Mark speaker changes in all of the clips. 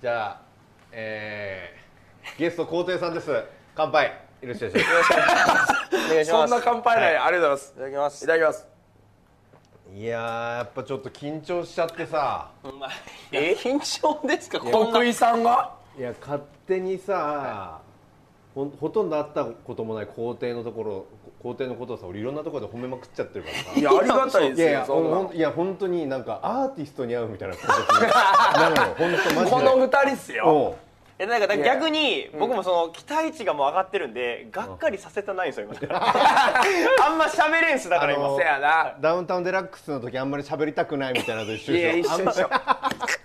Speaker 1: じゃあ、えー、ゲスト皇帝さんです乾杯よろしくお願いし
Speaker 2: お願いし
Speaker 3: そ
Speaker 2: ま
Speaker 3: ん
Speaker 2: す
Speaker 3: ない乾杯ない、ありがとうござい
Speaker 2: ただきま
Speaker 3: ますい
Speaker 2: す
Speaker 3: ただきます
Speaker 1: ますいやーやっぱちょっと緊張しちゃってさ
Speaker 2: え緊張ですかこんな
Speaker 3: 徳井さんが
Speaker 1: いや勝手にさほんほとんど会ったこともない皇帝のところ皇帝のことをさ俺いろんなところで褒めまくっちゃってるからさ
Speaker 3: いやありがたいで
Speaker 1: い
Speaker 3: す
Speaker 1: やい
Speaker 3: よ
Speaker 1: や
Speaker 3: そんな
Speaker 1: ほんいや本当になんかアーティストに会うみたいな感じなのよ本当マジで
Speaker 3: この二人っすよ
Speaker 1: うん
Speaker 2: えなんかだから逆に僕もその期待値がもう上がってるんでがっかりさせたないんですよ今 あんま喋れんすだから
Speaker 1: あの
Speaker 2: 今
Speaker 3: せやな
Speaker 1: ダウンタウンデラックスの時あんまり喋りたくないみたいなのと一緒
Speaker 3: いや
Speaker 1: で
Speaker 3: 一
Speaker 1: しょ
Speaker 3: 緒でしょ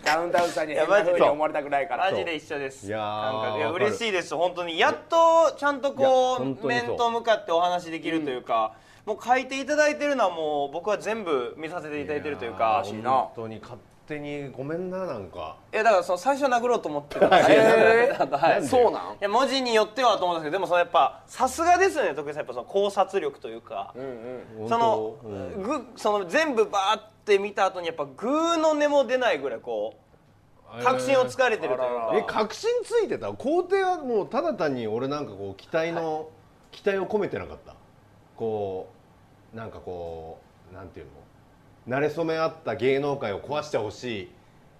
Speaker 3: ダウンタウンさんに変な風に思われたくないから
Speaker 2: マジで一緒です
Speaker 1: いやー
Speaker 2: 感覚いや
Speaker 1: わかる
Speaker 2: 嬉しいです本当にやっとちゃんと
Speaker 1: いや
Speaker 2: こ
Speaker 1: 本
Speaker 2: う
Speaker 1: 当にそう
Speaker 2: 面と向かってお話できるというか、もう書いていただいてるのはもう僕は全部見させていただいてるというか
Speaker 3: やー
Speaker 2: い
Speaker 3: いな
Speaker 1: 本当に勝手にごめんななんか
Speaker 2: やだからその最初殴ろうと思ってたん ですよ
Speaker 3: え
Speaker 2: なん
Speaker 3: ー
Speaker 2: かはい
Speaker 3: そうなん
Speaker 2: いや文字によってはと思うんですけどでもそのやっぱさすがですよね徳井さんやっぱその考察力というか、その
Speaker 1: 本,、当うん
Speaker 2: ぐその全部バーって見た後にやっぱグーの根も出ないぐらいこう確信をつかれてるというか、
Speaker 1: え確信ついてた皇帝はもうただ単に俺なんかこう期待の、期待を込めてなかったこうなんかこうなんていうの慣れ初めあった芸能界を壊してほしい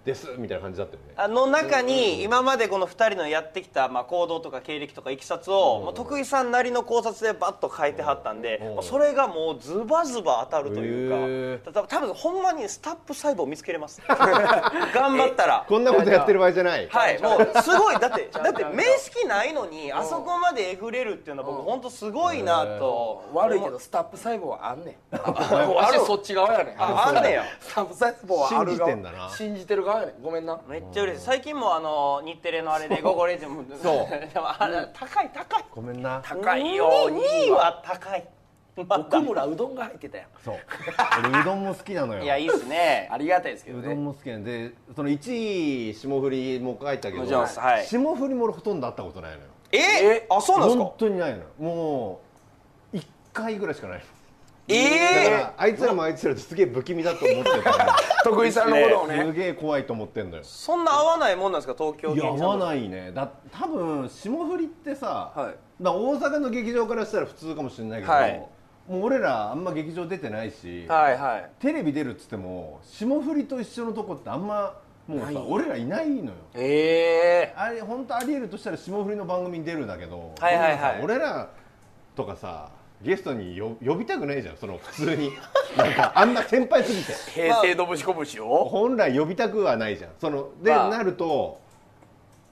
Speaker 1: ですみたいな感じだったよね
Speaker 2: あの中に今までこの2人のやってきたまあ行動とか経歴とかいきさつをもう徳井さんなりの考察でバッと書いてはったんで
Speaker 1: うんうん
Speaker 2: もうそれがもうズバズバ当たるというかた多分ほんまにスタップ細胞見つけれます 頑張ったら
Speaker 1: こんなことやってる場合じゃない
Speaker 2: はいもうすごいだってだって面識ないのにあそこまでえぐれるっていうのは僕本当すごいなと
Speaker 3: 悪いけどスタップ細胞はあんねん
Speaker 2: ある
Speaker 3: 私そっち側やねん
Speaker 2: ああんねや
Speaker 3: スタップ細胞はある側
Speaker 1: 信じてんだな
Speaker 3: 信じてる側やねんごめんな
Speaker 2: めっちゃ嬉しい最近もあの日テレのあれで午後0時も
Speaker 1: そう
Speaker 2: でもあれ高い高い
Speaker 1: ごめんな
Speaker 3: 高いよ
Speaker 2: 2位は高いまた
Speaker 3: 奥村うどんが入ってたやん
Speaker 1: そう俺うどんも好きなのよ
Speaker 2: いやいいっすね
Speaker 3: ありがたいですけど
Speaker 1: うど
Speaker 3: ね
Speaker 1: んも好きなんででその1位霜降りも書いたけど、
Speaker 2: もちろんですはい
Speaker 1: 霜降りも俺ほとんど会ったことないのよ
Speaker 2: え
Speaker 3: え
Speaker 2: あそうなんですか
Speaker 1: 本当にないのよもう1回ぐらいしかないの
Speaker 2: え
Speaker 1: だか
Speaker 2: え
Speaker 1: らあいつらもあいつらですげえ不気味だと思ってるか
Speaker 3: 徳井さんのことを
Speaker 1: らす
Speaker 3: ね
Speaker 1: げえ怖いと思ってんのよ
Speaker 2: そんな合わないもんなんですか東京
Speaker 1: いや合わ
Speaker 2: い
Speaker 1: ないねだ多分霜降りってさ、
Speaker 3: はい
Speaker 1: だから大阪の劇場からしたら普通かもしれないけど、
Speaker 2: はい
Speaker 1: もう俺らあんま劇場出てないし、
Speaker 3: はいはい
Speaker 1: テレビ出るっつっても霜降りと一緒のとこってあんまもうさ俺らいないのよ
Speaker 3: ええ
Speaker 1: あれ本当ありえるとしたら霜降りの番組に出るんだけど、
Speaker 2: はいはいはい
Speaker 1: でもさ俺らとかさゲストによ呼びたくないじゃんその普通に なんかあんな先輩すぎて
Speaker 3: 平成のぶしこぶしを
Speaker 1: 本来呼びたくはないじゃんそので、
Speaker 3: まあ
Speaker 1: なると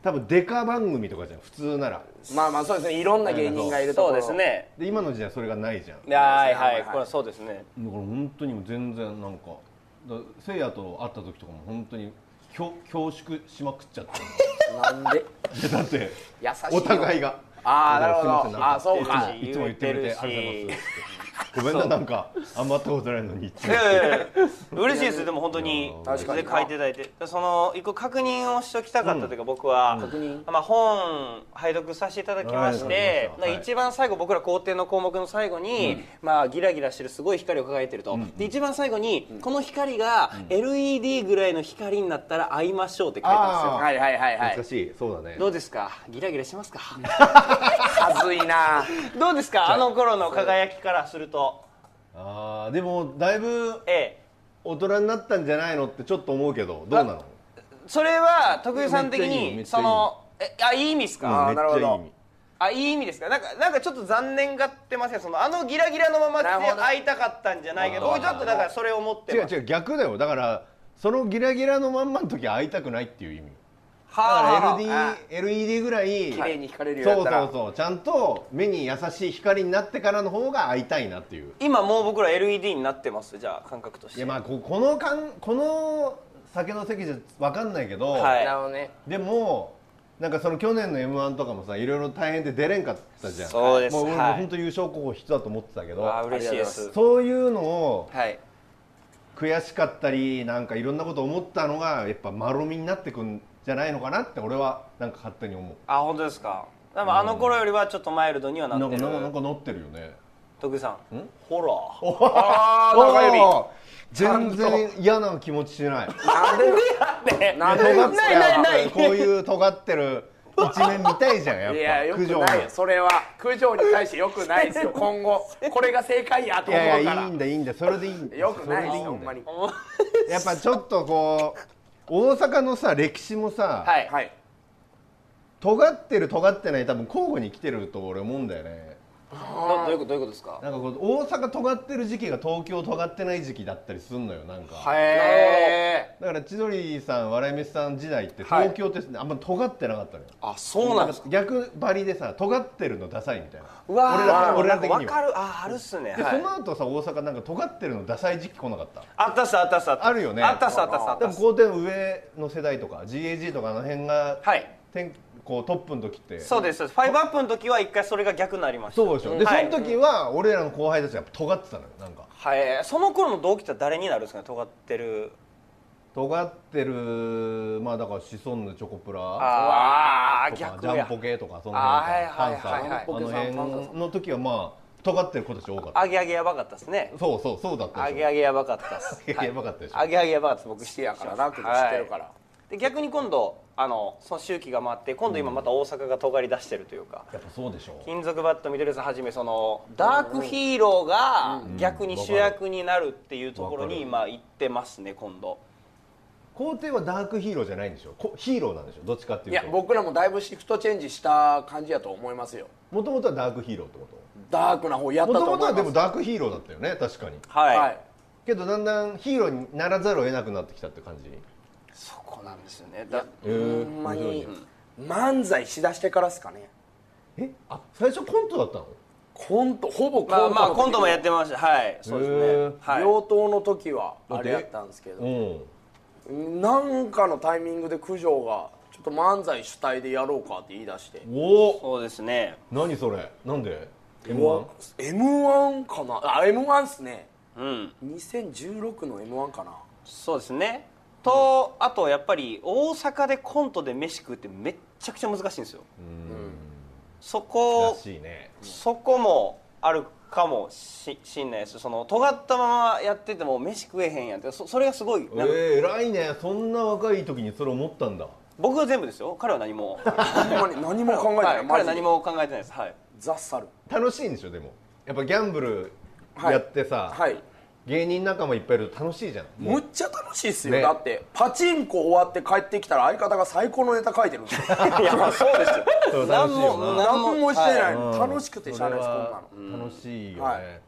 Speaker 1: 多分デカ番組とかじゃん普通なら
Speaker 3: まあまあそうですねいろんな芸人がいるとこ
Speaker 2: そう
Speaker 3: ろ
Speaker 2: ですね
Speaker 1: で今の時代それがないじゃんだか
Speaker 2: はい
Speaker 3: は
Speaker 2: はいいこれはそうですね
Speaker 1: ら本当にもう全然なんかだせいやと会った時とかも本当に恐恐縮しまくっちゃって
Speaker 3: なんで
Speaker 1: いや
Speaker 3: 優
Speaker 1: だって
Speaker 3: しい
Speaker 1: お互いが
Speaker 3: あーなるほど
Speaker 1: だからすいませんなん
Speaker 3: あーそうか
Speaker 1: いつもいつも言ってくれてありがとうございますごめんななんかあんま会ったことないのにいつ
Speaker 2: い
Speaker 1: も
Speaker 2: やいやいや 嬉しいですでも本当
Speaker 1: い
Speaker 2: に
Speaker 1: や
Speaker 3: 確かに
Speaker 2: で書いていただいてその一個確認をしておきたかったというか、僕は、まあ、本拝読させていただきまし
Speaker 1: はいわかり、ま
Speaker 2: て
Speaker 1: した
Speaker 2: まあ
Speaker 1: はい
Speaker 2: 一番最後僕ら工程の項目の最後に、まあ、ギラギラしてるすごい光を輝いてると、で一番最後に、この光が LED ぐらいの光になったら会いましょうって書いてますよ
Speaker 1: あ
Speaker 3: はいはいはいはい
Speaker 1: 難しいそうだね
Speaker 2: どうですかギラギラしますか
Speaker 3: はずいな
Speaker 2: どうですかあの頃の輝きからすると
Speaker 1: あーでもだいぶ
Speaker 2: ええ
Speaker 1: 大人になったんじゃないのってちょっと思うけどどうなの
Speaker 2: それは徳井さん的
Speaker 1: めっちゃいいめ
Speaker 2: に
Speaker 1: っちゃい
Speaker 2: そ
Speaker 1: い
Speaker 2: のえあいい意味ですか、
Speaker 1: うん
Speaker 2: あ
Speaker 1: め
Speaker 2: ー
Speaker 1: っ
Speaker 2: なる
Speaker 1: ちゃいい
Speaker 2: ほ
Speaker 1: 意
Speaker 2: ど
Speaker 1: 味
Speaker 2: あいい意味ですかなんかなんかちょっと残念がってませんそのあのギラギラのままで
Speaker 3: なるほど
Speaker 2: 会いたかったんじゃないけど
Speaker 1: あー
Speaker 2: 僕ちょっとだからそれを思って
Speaker 1: 違う
Speaker 2: ます
Speaker 1: 違う逆だよだからそのギラギラのまんまの時は会いたくないっていう意味だ
Speaker 2: は
Speaker 1: か
Speaker 2: あ
Speaker 1: ら LD LED ぐらい
Speaker 3: 綺麗に光れるよう
Speaker 1: そ
Speaker 3: に
Speaker 1: う
Speaker 3: なったら
Speaker 1: そうそうちゃんと目に優しい光になってからの方が会いたいなっていう
Speaker 2: 今もう僕ら LED になってますじゃあ感覚とし
Speaker 1: い
Speaker 2: て
Speaker 1: やまあここのかんこの酒の席じゃ分かんないけど、
Speaker 2: はい
Speaker 3: なるほどね
Speaker 1: でもなんかその去年の m 1とかもさいろいろ大変で出れんかったじゃん
Speaker 2: そうです
Speaker 1: もう俺
Speaker 2: はい
Speaker 1: も本当優勝候補人だと思ってたけど
Speaker 2: わあ嬉しいです
Speaker 1: そういうのを
Speaker 3: はい
Speaker 1: 悔しかったりなんかいろんなこと思ったのがやっぱ丸みになってくんじゃないのかなって俺はなんか勝手に思う
Speaker 2: あ本当ですかでもあの頃よりはちょっとマイルドにはな
Speaker 1: な
Speaker 2: っ
Speaker 1: んか
Speaker 2: てる
Speaker 1: なんかなんかなってるよね
Speaker 2: 徳井さんほら
Speaker 3: ああ中指
Speaker 1: おー全然嫌な気持ちしない
Speaker 3: なんでなんで
Speaker 1: 尖
Speaker 3: な
Speaker 1: っ
Speaker 3: んで
Speaker 1: て
Speaker 2: ないないない
Speaker 1: こういう尖ってる一面見たいじゃんやっ
Speaker 3: い
Speaker 1: ぱ
Speaker 3: やよく
Speaker 1: 九条の
Speaker 3: ないよそれは九条に対してよくない ですよ今後これが正解やと
Speaker 1: い
Speaker 3: 思うから
Speaker 1: やいやいいんだいいんだそれでいいんだ
Speaker 3: よくないです
Speaker 1: それで
Speaker 3: ほ
Speaker 1: いい
Speaker 3: ん
Speaker 1: ん
Speaker 3: ま
Speaker 1: だよ
Speaker 3: に
Speaker 1: やっぱちょっとこう大阪のさ歴史もさ、
Speaker 2: はい
Speaker 3: はい
Speaker 1: 尖ってる尖ってない多分交互に来てると俺思うんだよね
Speaker 2: どどういうことどういうことですか
Speaker 1: なんかこう大阪尖ってる時期が東京尖ってない時期だったりすんのよなんか、
Speaker 2: へえ
Speaker 1: だから千鳥さん笑い飯さん時代って
Speaker 2: はい
Speaker 1: 東京って、あんま尖ってなかったのよ
Speaker 2: あそうなんですか
Speaker 1: 逆張りでさ尖ってるのダサいみたいな
Speaker 2: うわ
Speaker 1: 俺ら
Speaker 2: ー
Speaker 1: 俺ら的
Speaker 2: わ
Speaker 1: に
Speaker 2: か
Speaker 1: は
Speaker 2: るああるっすね
Speaker 1: で、
Speaker 2: は
Speaker 1: そ
Speaker 2: い
Speaker 1: の後さ大阪なんか尖ってるのダサい時期来なかった
Speaker 2: あったっすあったっすあったっす
Speaker 1: あるよね
Speaker 2: あったっすあったっすあっ
Speaker 1: 多
Speaker 2: たっ
Speaker 1: 分
Speaker 2: す
Speaker 1: 皇帝の上の世代とか GAG とかあの辺が、
Speaker 2: はい
Speaker 1: てんこうトップの時って
Speaker 2: そうですそうですファイブアップの時は一回それが逆になりました
Speaker 1: そうでしょ、でそ
Speaker 2: はい
Speaker 1: の時は俺らの後輩たちがやっぱ尖ってたのよなんか
Speaker 2: はいその頃の同期って誰になるんですかね尖ってる
Speaker 1: 尖ってるまあだからシソンヌチョコプラ
Speaker 2: あ
Speaker 1: と
Speaker 2: ー
Speaker 1: か
Speaker 2: 逆
Speaker 1: ジャ
Speaker 2: や
Speaker 1: ンポケとかその辺
Speaker 3: あー
Speaker 1: パンサ
Speaker 3: はいはいはいはい
Speaker 1: ーあの辺の時はまあ尖ってる子たち多かった
Speaker 2: あげあげやばかったっすね
Speaker 1: そうそうそうだった
Speaker 2: あ
Speaker 1: で
Speaker 2: げ
Speaker 1: しょ
Speaker 2: あげやばかったっす
Speaker 1: いややばかったでしょ
Speaker 2: あげあげやばかったっす僕
Speaker 3: してやからな九条知ってるから、
Speaker 2: で逆に今度あのその周期が回って今度今また大阪が尖り出してるというか、
Speaker 1: やっぱそうでしょ
Speaker 2: 金属バットミドルさんはじめそのダークヒーローが逆に主役になるっていうところに
Speaker 1: うん
Speaker 2: 今行ってますね今度
Speaker 1: 皇帝はダークヒーローじゃないんでしょこヒーローなんでしょどっちかっ
Speaker 3: い
Speaker 1: ていう
Speaker 3: や
Speaker 1: と
Speaker 3: 僕らもだいぶシフトチェンジした感じやと思いますよ
Speaker 1: もともとはダークヒーローってこ
Speaker 3: ダークな方や
Speaker 1: と
Speaker 3: った
Speaker 1: も
Speaker 3: と
Speaker 1: と
Speaker 3: 思
Speaker 1: も
Speaker 3: い
Speaker 1: と
Speaker 3: ます
Speaker 1: はでもダークヒーローだったよね確かに
Speaker 2: はい、
Speaker 3: はい
Speaker 1: けどだんだんヒーローにならざるを得なくなってきたって感じ
Speaker 2: そこなんですよねだ
Speaker 1: えー
Speaker 3: ほんま
Speaker 1: 面
Speaker 3: に
Speaker 1: 白いね
Speaker 3: 漫才しだしてからですかね
Speaker 1: えあ最初コントだったの
Speaker 3: コントほぼコント
Speaker 2: まあま
Speaker 3: の
Speaker 2: あ
Speaker 3: 時
Speaker 2: コントもやってましたはいそうです
Speaker 1: へ
Speaker 2: ね
Speaker 1: ー
Speaker 2: はい
Speaker 3: 病棟の時はあれやったんですけ
Speaker 1: う
Speaker 3: ど
Speaker 1: ん
Speaker 3: なんかのタイミングで九条がちょっと漫才主体でやろうかって言い出して
Speaker 1: おお
Speaker 2: そうですね
Speaker 1: 何それなんで M1
Speaker 3: m 1かなあ m 1っすね
Speaker 2: うん
Speaker 3: 2016の m 1かな
Speaker 2: そうですねと、あとやっぱり大阪でコントで飯食うってめっちゃくちゃ難しいんですよそこ
Speaker 1: らしいね
Speaker 2: そこもあるかもししんないですその尖ったままやってても飯食えへんやんってそそれがすごい
Speaker 1: え
Speaker 2: なんか
Speaker 1: ー、偉いねそんな若い時にそれ思ったんだ
Speaker 2: 僕は全部ですよ彼は何も
Speaker 3: ほんまに何も考えてな
Speaker 2: はいい、彼
Speaker 3: マ
Speaker 2: は
Speaker 3: ジ
Speaker 2: 何
Speaker 3: で
Speaker 2: も考えてないですはい
Speaker 3: ザッサル
Speaker 1: 楽しいんでしょでもやっぱギャンブル
Speaker 3: はい
Speaker 1: やってさ、
Speaker 3: はい
Speaker 1: 芸人仲間いっぱいいると楽し いじゃんも
Speaker 3: む
Speaker 1: う
Speaker 3: っちゃ楽しいっすよ、
Speaker 1: ね
Speaker 3: だってパチンコ終わって帰ってきたら相方が最高のネタ書いてるんですよ
Speaker 2: いやまあそうです
Speaker 1: そう
Speaker 2: よ
Speaker 1: 楽
Speaker 2: 何
Speaker 1: しいよ
Speaker 2: も
Speaker 1: な
Speaker 2: 何も
Speaker 3: 何もしてない
Speaker 2: は
Speaker 3: の、
Speaker 1: うん
Speaker 3: 楽しくてしゃあないですこんなの
Speaker 1: それは楽しいよね、
Speaker 3: はい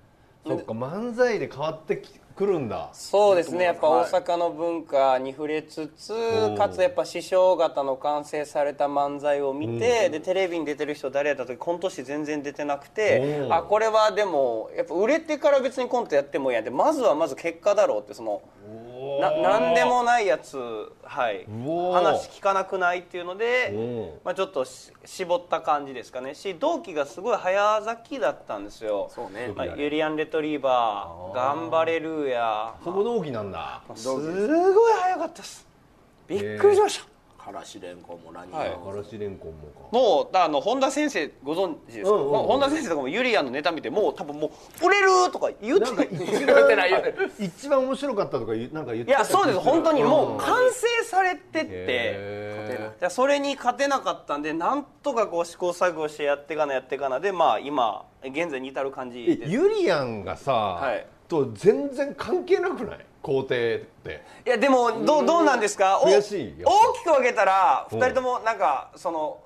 Speaker 1: そっか漫才で変わってきくるんだ
Speaker 2: そうですねやっぱ
Speaker 3: は
Speaker 2: 大
Speaker 3: い
Speaker 2: 阪の文化に触れつつ、
Speaker 1: ん
Speaker 2: かつやっぱ師匠方の完成された漫才を見て、でテレビに出てる人誰やった時コント師全然出てなくて
Speaker 1: うん
Speaker 2: あこれはでもやっぱ売れてから別にコントやってもいいやんでまずはまず結果だろうってそのな何でもないやつ、はい、
Speaker 1: うおー
Speaker 2: 話聞かなくないっていうので
Speaker 1: うん、
Speaker 2: まあ、ちょっとし絞った感じですかねし同期がすごい早咲きだったんですよ
Speaker 3: そうね
Speaker 2: まあ、ユリアン・レトリーバー「頑張れルーヤ」
Speaker 1: そこ同期なんだ
Speaker 2: すごい早かったですびっくりしました、
Speaker 3: からしれんこも何も、
Speaker 2: はい
Speaker 1: からしれんこんもか
Speaker 2: もうあの本田先生ご存知ですか、
Speaker 1: うんうんうん
Speaker 2: もう本田先生とかもユリアンのネタ見てもう多分もう売れるとか 言って
Speaker 1: なんか
Speaker 2: ない
Speaker 1: 一
Speaker 2: い
Speaker 1: 番
Speaker 3: てない言うて
Speaker 1: 一番面白かったとか言うなんか言ってた
Speaker 2: やそうです本当にもう
Speaker 1: 勝
Speaker 2: 完成されてっ
Speaker 3: 勝
Speaker 2: て、
Speaker 3: てない
Speaker 2: じゃあそれに勝てなかったんでなんとかこう試行錯誤してやってかなやってかなでまあ今現在に至る感じ
Speaker 1: え
Speaker 2: ですい
Speaker 1: ゆりやんがさ、
Speaker 2: い
Speaker 1: と全然関係なくない皇帝って
Speaker 2: やでもどうどうなんですかお
Speaker 1: 悔
Speaker 2: 大
Speaker 1: しいやっぱ
Speaker 2: きく分けたら
Speaker 1: うん
Speaker 2: 2人ともなんかその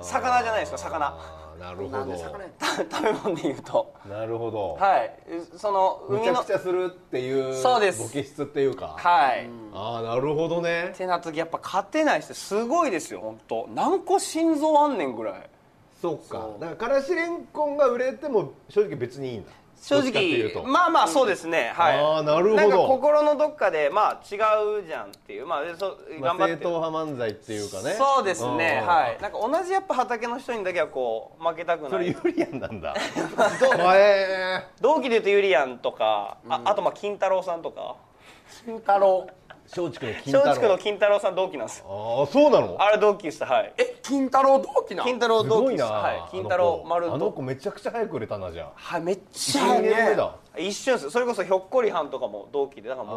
Speaker 2: 魚じゃないですか魚
Speaker 1: あーなる
Speaker 3: な
Speaker 1: ほ
Speaker 3: んで魚や
Speaker 1: ど
Speaker 3: った
Speaker 2: 食べ物で言うと
Speaker 1: なるほど、
Speaker 2: はいその
Speaker 1: むち
Speaker 2: 海
Speaker 1: ゃ
Speaker 2: の
Speaker 1: くちゃするっていう
Speaker 2: そうです
Speaker 1: ボケ質っていうか
Speaker 2: はい、
Speaker 1: ああなるほどね
Speaker 2: ってなった時やっぱ勝てないですすごいですよ本当何個心臓あんねんぐらい
Speaker 1: そっかだからからしれんこんが売れても正直別にいいんだ
Speaker 2: 正
Speaker 1: どっちかっていう
Speaker 2: 直
Speaker 1: と
Speaker 2: まあまあそうですね、はい
Speaker 1: あーなるほど
Speaker 2: なんか心のどっかでまあ違うじゃんっていうまあそ
Speaker 1: まあ
Speaker 2: 頑張って、
Speaker 1: 正統派漫才っていうかね
Speaker 2: そうですね
Speaker 1: ん
Speaker 2: はいなんか同じやっぱ畑の人にだけはこう負けたく
Speaker 1: そ
Speaker 2: な
Speaker 1: れ
Speaker 2: い
Speaker 1: ゆりやん なんだへえ
Speaker 2: 同期で言うとゆりやんとか、ああとまあ金太郎さんとか
Speaker 3: 金太郎
Speaker 1: 松竹の金太郎
Speaker 2: 松竹の金太郎さん同期なんですよ
Speaker 1: ああそうなの
Speaker 2: あれ同期でしたはい
Speaker 3: え金太郎同期な
Speaker 2: 金太郎
Speaker 1: す
Speaker 2: 同期
Speaker 1: ごい
Speaker 2: です
Speaker 1: な、
Speaker 2: はい、金太郎
Speaker 1: あの
Speaker 2: 丸
Speaker 1: 子あの
Speaker 2: と
Speaker 1: 子めちゃくちゃ早く売れたなじゃあ
Speaker 2: はいめっち
Speaker 1: 1
Speaker 2: ゃ
Speaker 1: 年目だ
Speaker 2: 一瞬ですそれこそひょっこりはんとかも同期でだからもう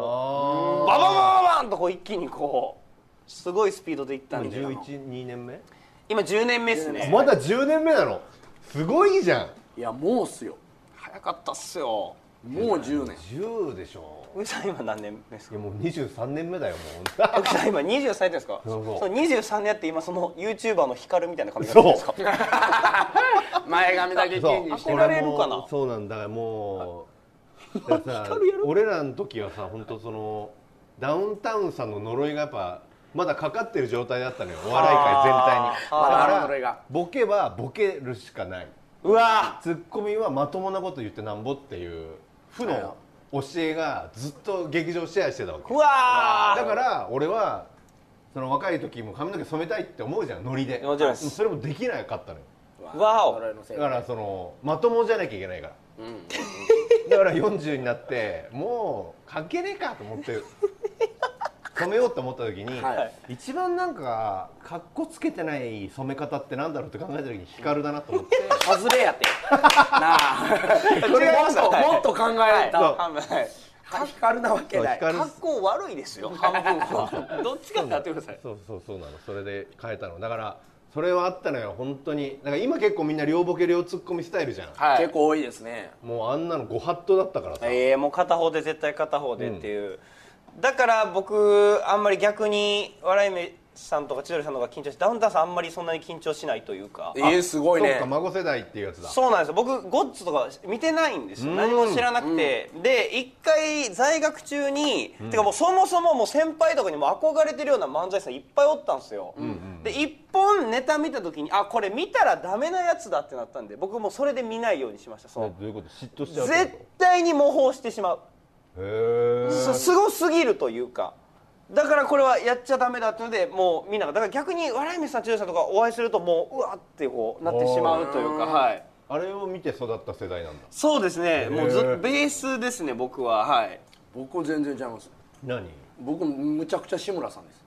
Speaker 1: あ
Speaker 2: バババババンとこう一気にこうすごいスピードでいった
Speaker 1: あ
Speaker 2: んで
Speaker 1: 112年目
Speaker 2: 今10年目ですね
Speaker 1: まだ10年目なのすごいじゃん
Speaker 3: いやもうっすよ
Speaker 2: 早かったっすよ
Speaker 3: もう10年
Speaker 1: 10でしょ
Speaker 2: 上さん今何年目です
Speaker 1: い
Speaker 2: か
Speaker 1: やもう23年目だよもう
Speaker 2: 上さん今23歳ですか
Speaker 1: そうそう
Speaker 2: そう23年やって今その YouTuber の光るみたいな髪型ですか
Speaker 3: 前髪だけ金にして
Speaker 2: 憧れるかな
Speaker 1: こもそうなんだからもうだからさ俺らの時はさ本当そのダウンタウンさんの呪いがやっぱまだかかってる状態だったのよお笑い界全体に
Speaker 3: まだあの
Speaker 1: だか
Speaker 3: 呪いが
Speaker 1: らボケはボケるしかないう
Speaker 2: わ
Speaker 1: ツッコミはまともなこと言ってなんぼっていう負の教えがずっと劇場シェアしてたわけ
Speaker 2: うわ
Speaker 1: だから俺はその若い時も髪の毛染めたいって思うじゃんノリで
Speaker 2: もちろんです
Speaker 1: それもできなかったのよ
Speaker 2: わお
Speaker 3: 呪いのせい
Speaker 1: だ
Speaker 3: で
Speaker 1: からそのまともじゃなきゃいけないから
Speaker 3: うんうん
Speaker 1: だから40になってもう関係ねえかと思って染めようと思った時に、
Speaker 3: はい
Speaker 1: 一番なんかかっこつけてない染め方ってなんだろうって考えた時に光だなと思って
Speaker 3: 外れやてなあ
Speaker 2: これ
Speaker 3: もっともっと考えないと
Speaker 1: そう
Speaker 2: 半分はい
Speaker 3: 光るなわけない
Speaker 1: そう光
Speaker 2: 格好悪いですよ半分は どっちかってやってください
Speaker 1: そうそうそうなのそれで変えたのだからそれはあったのよ本当にだから今結構みんな両ボケ両ツッコミスタイルじゃん、
Speaker 2: はい
Speaker 3: 結構多いですね
Speaker 1: もうあんなのご法度だったからさ、
Speaker 2: ええもう片方で絶対片方でっていう、だから僕あんまり逆に笑い飯さんとか千鳥さんとか緊張してダウンタウンさんあんまりそんなに緊張しないというか
Speaker 3: えー、すごい
Speaker 1: そう
Speaker 3: ね
Speaker 1: か孫世代っていうやつだ
Speaker 2: そうなんですよ僕ゴッツとか見てないんですよ何も知らなくて、で一回在学中に、てかもうそもそももう先輩とかにも憧れてるような漫才師さんいっぱいおったんですよ、で一本ネタ見た時にあこれ見たらダメなやつだってなったんで僕もうそれで見ないようにしましたそ
Speaker 1: え
Speaker 2: の
Speaker 1: どういうこと嫉妬しちゃうって
Speaker 2: 絶対に模倣してしまう
Speaker 1: ことへえ
Speaker 2: すすごすぎるというかだからこれはやっちゃダメだっていうのでもうみんながだから逆に笑い飯さん千鳥さんとかお会いするともううわってこうなってしまうというかはい
Speaker 1: あれを見て育った世代なんだ
Speaker 2: そうですねもうずっ
Speaker 1: へえ
Speaker 2: とベースですね僕ははい
Speaker 3: 僕は全然違います
Speaker 1: 何
Speaker 3: 僕むちゃくちゃ志村さんです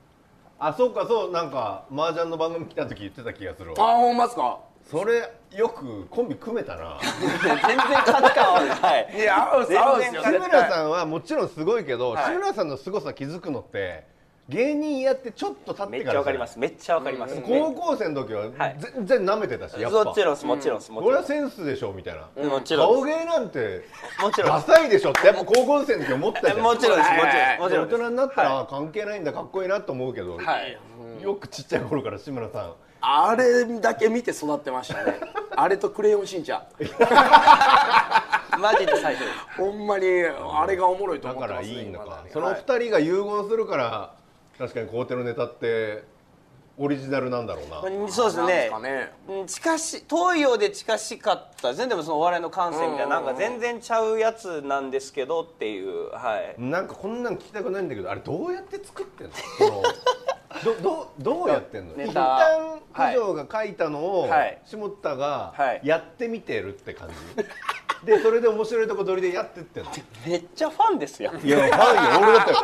Speaker 1: あそうかそうなんか麻雀の番組来た時言ってた気がする
Speaker 3: あ
Speaker 1: わ
Speaker 3: ほんまっすか
Speaker 1: それよくコンビ組めた な
Speaker 2: 全然価値観ははい
Speaker 3: いや合うっす
Speaker 2: 全然
Speaker 3: 合うっすよ
Speaker 1: 志
Speaker 3: 絶
Speaker 1: 村
Speaker 3: 対
Speaker 1: さんはもちろんすごいけど、
Speaker 2: はい
Speaker 1: 志村さんの凄さ気づくのって芸人やってちょっと経ってから
Speaker 2: めっ
Speaker 1: じゃ
Speaker 2: ち
Speaker 1: ん
Speaker 2: ゃわかりますめっちゃわかります
Speaker 1: 高校生の時は
Speaker 2: はい
Speaker 1: 全然舐めてたし、やっぱ
Speaker 2: もちろんですもちろんですもち
Speaker 1: 俺
Speaker 2: ろん
Speaker 1: は
Speaker 2: です
Speaker 1: センスでしょみたいな、
Speaker 2: もちろん
Speaker 1: 顔
Speaker 2: で
Speaker 1: 芸なんて
Speaker 2: すもちろん
Speaker 1: ダ
Speaker 2: で
Speaker 1: サいでしょってやっぱ高校生の時思った
Speaker 2: す
Speaker 1: じゃん
Speaker 2: もちろんですもちろんですもち
Speaker 1: 大
Speaker 2: ろんです
Speaker 1: 人になったら、あ関係ないんだかっこいいなと思うけど、
Speaker 3: はい
Speaker 1: よくちっちゃい頃から志村さん
Speaker 3: あれだけ見て育ってました ねあれとクレヨンしんちゃん
Speaker 2: マジで最初です
Speaker 3: ほんまにあれがおもろいと
Speaker 1: だ
Speaker 3: 思
Speaker 1: か
Speaker 3: ってま
Speaker 1: ら
Speaker 3: す
Speaker 1: いいのか、
Speaker 3: 未だに
Speaker 1: その
Speaker 3: はい
Speaker 1: 二人が融合するから、確かに皇帝のネタってオリジナルなんだろうな、
Speaker 2: うんそうですね
Speaker 3: なんです
Speaker 2: うん近し遠いようで近しかった全然でもそのお笑いの感性みたいななんか全然ちゃうやつなんですけどっていうはい
Speaker 1: なんかこんなん聞きたくないんだけどあれどうやって作ってんのそのどどどうやってんの
Speaker 2: ネ
Speaker 1: 一
Speaker 2: タ
Speaker 1: 旦九条が書いたのを、
Speaker 2: はい
Speaker 1: 下田が
Speaker 2: はい
Speaker 1: やってみてるって感じ、でそれで面白いとこ取りでやってってんのい
Speaker 2: めっちゃファンですよ
Speaker 1: やファンよ俺だったよ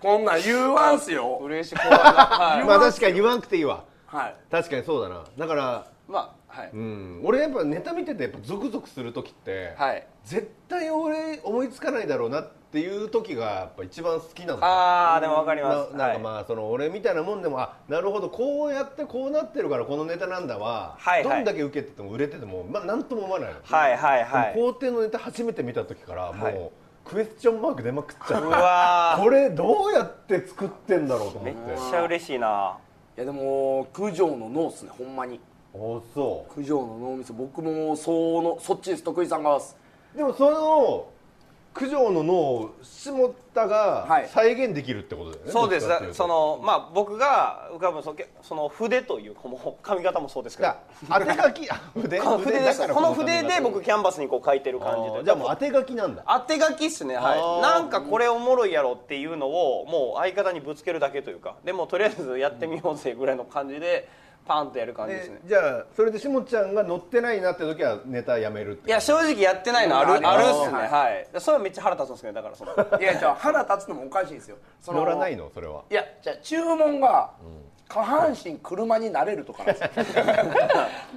Speaker 3: こんなん言わんすよ
Speaker 2: 嬉しい怖いなはい
Speaker 1: まあ確かに言わなくていいわ
Speaker 3: はい
Speaker 1: 確かにそうだなだから
Speaker 2: まあはい
Speaker 1: うん俺やっぱネタ見ててやっぱゾクゾクする時って、
Speaker 2: はい
Speaker 1: 絶対俺思いつかないだろうなっていう時がやっぱ一番好きなの
Speaker 2: ああでもわかりま
Speaker 1: ななん
Speaker 2: す
Speaker 1: か
Speaker 2: はい
Speaker 1: まあその俺みたいなもんでもあなるほどこうやってこうなってるからこのネタなんだは、
Speaker 2: はいはい
Speaker 1: どんだけ受けてても売れててもまあなんとも思わないの、
Speaker 2: はいはいは
Speaker 1: で
Speaker 2: い
Speaker 1: も皇帝のネタ初めて見た時からもう、
Speaker 2: はい
Speaker 1: クエスチョンマーク出まくっち
Speaker 2: う
Speaker 1: ゃ
Speaker 2: わ
Speaker 1: って
Speaker 2: ー
Speaker 1: これどうやって作ってんだろうと思
Speaker 2: め
Speaker 1: っ
Speaker 2: ってちゃ嬉しいない
Speaker 3: やでも九条の脳っすねほんまに
Speaker 1: おそ
Speaker 3: 九条の脳みそ僕もそのそっちです徳井さん側っす
Speaker 1: うでもその九条の脳を下田
Speaker 3: は
Speaker 1: が
Speaker 3: い
Speaker 1: 再現できるってことだよね、
Speaker 2: そうです
Speaker 1: どっちかっていと
Speaker 2: そのまあ僕が浮かぶそけその筆というこの髪型もそうですけ
Speaker 1: じ
Speaker 2: ど
Speaker 1: ゃあ当て書きあ筆
Speaker 2: この筆
Speaker 1: 筆
Speaker 2: で
Speaker 1: だ
Speaker 2: す
Speaker 1: から
Speaker 2: この筆で
Speaker 1: こ
Speaker 2: 僕キャンバスにこう描いてる
Speaker 1: の髪
Speaker 2: 感じ
Speaker 1: 型あ
Speaker 2: で
Speaker 1: ーじゃあもう当て書きなんだ
Speaker 2: 当て書きっすね
Speaker 1: あ
Speaker 2: は
Speaker 1: ー
Speaker 2: いなんかこれおもろいやろっていうのをもう相方にぶつけるだけというかでもとりあえずやってみようぜぐらいの感じでパンとやる感じですね
Speaker 1: でじゃあそれでしもちゃんが乗ってないなって時はネタやめるって
Speaker 2: いや正直やってないのあ
Speaker 3: あり
Speaker 2: る
Speaker 3: ます
Speaker 2: あるっすねはいそれはめっちゃ腹立つんですけどだからその
Speaker 3: いやじゃあ腹立つのもおかしいんですよそ
Speaker 1: 乗らないのそれは
Speaker 3: やじゃあ注文が
Speaker 4: 下半身車になれるとかなん ですよ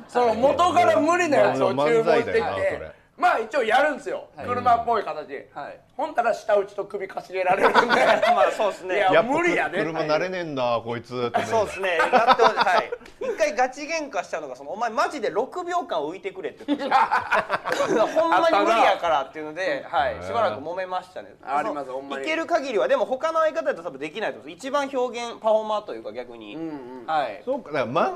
Speaker 4: その元から無理なやつを注文してき
Speaker 1: 漫才だよなそれ
Speaker 4: てまあ一応やるんですよ、車っぽい形、
Speaker 2: はい
Speaker 4: ほんたら下打ちと首かしげられるんで
Speaker 2: まあそうですね
Speaker 4: いや
Speaker 1: やっぱ
Speaker 4: 無理やね
Speaker 1: 車慣れねえんだこいつってね
Speaker 2: そうですねやってほしいはい一回ガチ喧嘩したのがそのお前マジで6秒間浮いてくれって言ってたほんまに無理やからっていうので、はい、しばらく揉めましたね
Speaker 4: ありますほんまに
Speaker 2: いける限りはでも他の相方だと多分できないと思うんです一番表現パフォーマーというか逆に、はい
Speaker 1: そうかだから漫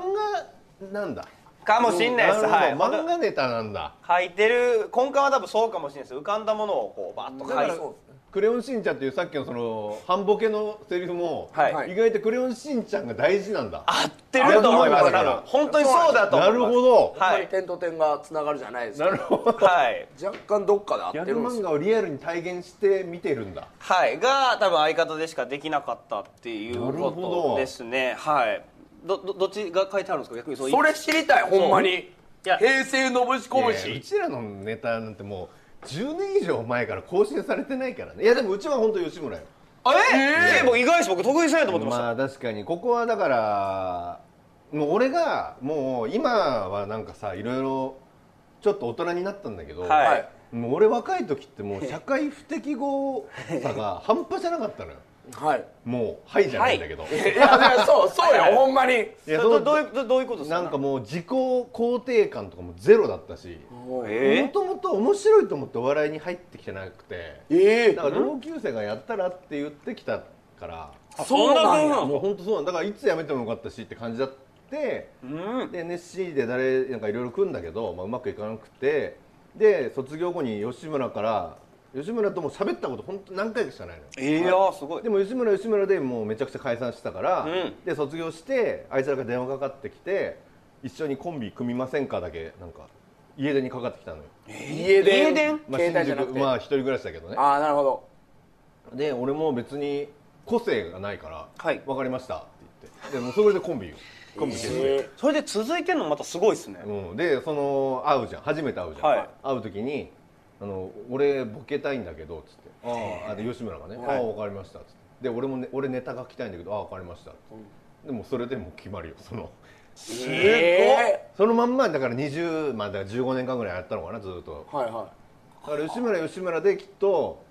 Speaker 1: 画なんだ
Speaker 2: かもしんないです、
Speaker 1: な
Speaker 2: はい
Speaker 1: るほど漫画ネタなんだ
Speaker 2: 書いてる根幹は多分そうかもしれないです浮かんだものをこうバーッと書いて
Speaker 1: 「クレヨンしんちゃん」っていうさっきのその半ボケのセリフも、
Speaker 2: はい
Speaker 1: 意外と「クレヨンしんちゃん」が大事なんだ
Speaker 2: 合ってると思いま
Speaker 1: あ
Speaker 2: す
Speaker 1: れも
Speaker 2: 多
Speaker 1: ある
Speaker 2: 分本当にそうだと
Speaker 1: な
Speaker 2: 思
Speaker 1: い
Speaker 2: ます
Speaker 1: るほど、
Speaker 4: やっぱ
Speaker 2: は
Speaker 4: り
Speaker 2: い
Speaker 4: 点と点がつながるじゃないですか
Speaker 1: なるほど
Speaker 2: はい
Speaker 4: 若干どっか
Speaker 1: ギ
Speaker 4: で合
Speaker 1: ャ
Speaker 4: って
Speaker 1: グ
Speaker 4: るんで
Speaker 1: 漫
Speaker 4: すよ
Speaker 1: 画をリアルに体現して見てるんだ
Speaker 2: はい、が多分相方でしかできなかったっていう
Speaker 1: なるほど
Speaker 2: ことですねはいどどどっちが書いてあるんですか逆にそう
Speaker 4: それ知りたいほんまに
Speaker 2: や
Speaker 4: 平成のぶしこぶ
Speaker 1: いやう
Speaker 4: し
Speaker 1: ちらのネタなんてもう10年以上前から更新されてないからねいやでもうちは本当吉村よ
Speaker 2: あええ僕意外です僕得意じゃないと思ってました、
Speaker 1: まあ確かにここはだからもう俺がもう今はなんかさいろいろちょっと大人になったんだけど、
Speaker 2: はい
Speaker 4: はい
Speaker 1: もう俺若い時ってもう社会不適合さが半端じゃなかったのよ
Speaker 4: はい
Speaker 1: もう「はい」じゃないんだけど、
Speaker 4: いやいやそうそうよほんまに
Speaker 1: いや
Speaker 2: それ
Speaker 1: その
Speaker 2: どどういうどどういうことですか
Speaker 1: なんかもう自己肯定感とかもゼロだったしも
Speaker 2: え
Speaker 1: ともと面白いと思ってお笑いに入ってきてなくて
Speaker 4: ええ
Speaker 1: だから同級生がやったらって言ってきたから
Speaker 2: え
Speaker 4: そうなんや
Speaker 2: そ
Speaker 1: もう本当そうなんだからいつ辞めてもよかったしって感じだって
Speaker 2: うん
Speaker 1: で NSC で誰なんかいろいろ組んだけど、まあ、うまくいかなくてで卒業後に吉村から吉村とも喋ったこと本当何回かしかないのよ
Speaker 2: ええいやーすごい
Speaker 1: でも吉村は吉村でもうめちゃくちゃ解散してたから、
Speaker 2: うん
Speaker 1: で卒業してあいつらが電話かかってきて一緒にコンビ組みませんかだけなんか家出にかかってきたのよ、
Speaker 4: 家電
Speaker 2: 家電
Speaker 1: まあ、
Speaker 4: 携帯じゃなく
Speaker 1: 新
Speaker 4: て、
Speaker 1: 宿まあ一人暮らしだけどね
Speaker 4: ああなるほど
Speaker 1: で俺も別に個性がないから「
Speaker 2: はい
Speaker 1: 分かりました」って言ってでもうそれでコンビよコンビ結成、
Speaker 2: それで続いてるのまたすごいですね、
Speaker 1: うん、でその会うじゃん初めて会うじゃん、
Speaker 2: はい
Speaker 1: 会う時にあの「俺ボケたいんだけど」っつってああで吉村がね「ああ分かりました」っつってで俺も、ね、俺ネタ書きたいんだけど「ああ分かりました」っつってでもそれでもう決まるよその
Speaker 4: え
Speaker 1: そのまんまだから20まあだから15年間ぐらいやったのかなずっと
Speaker 4: ーはいは
Speaker 1: だから吉村は吉村できっと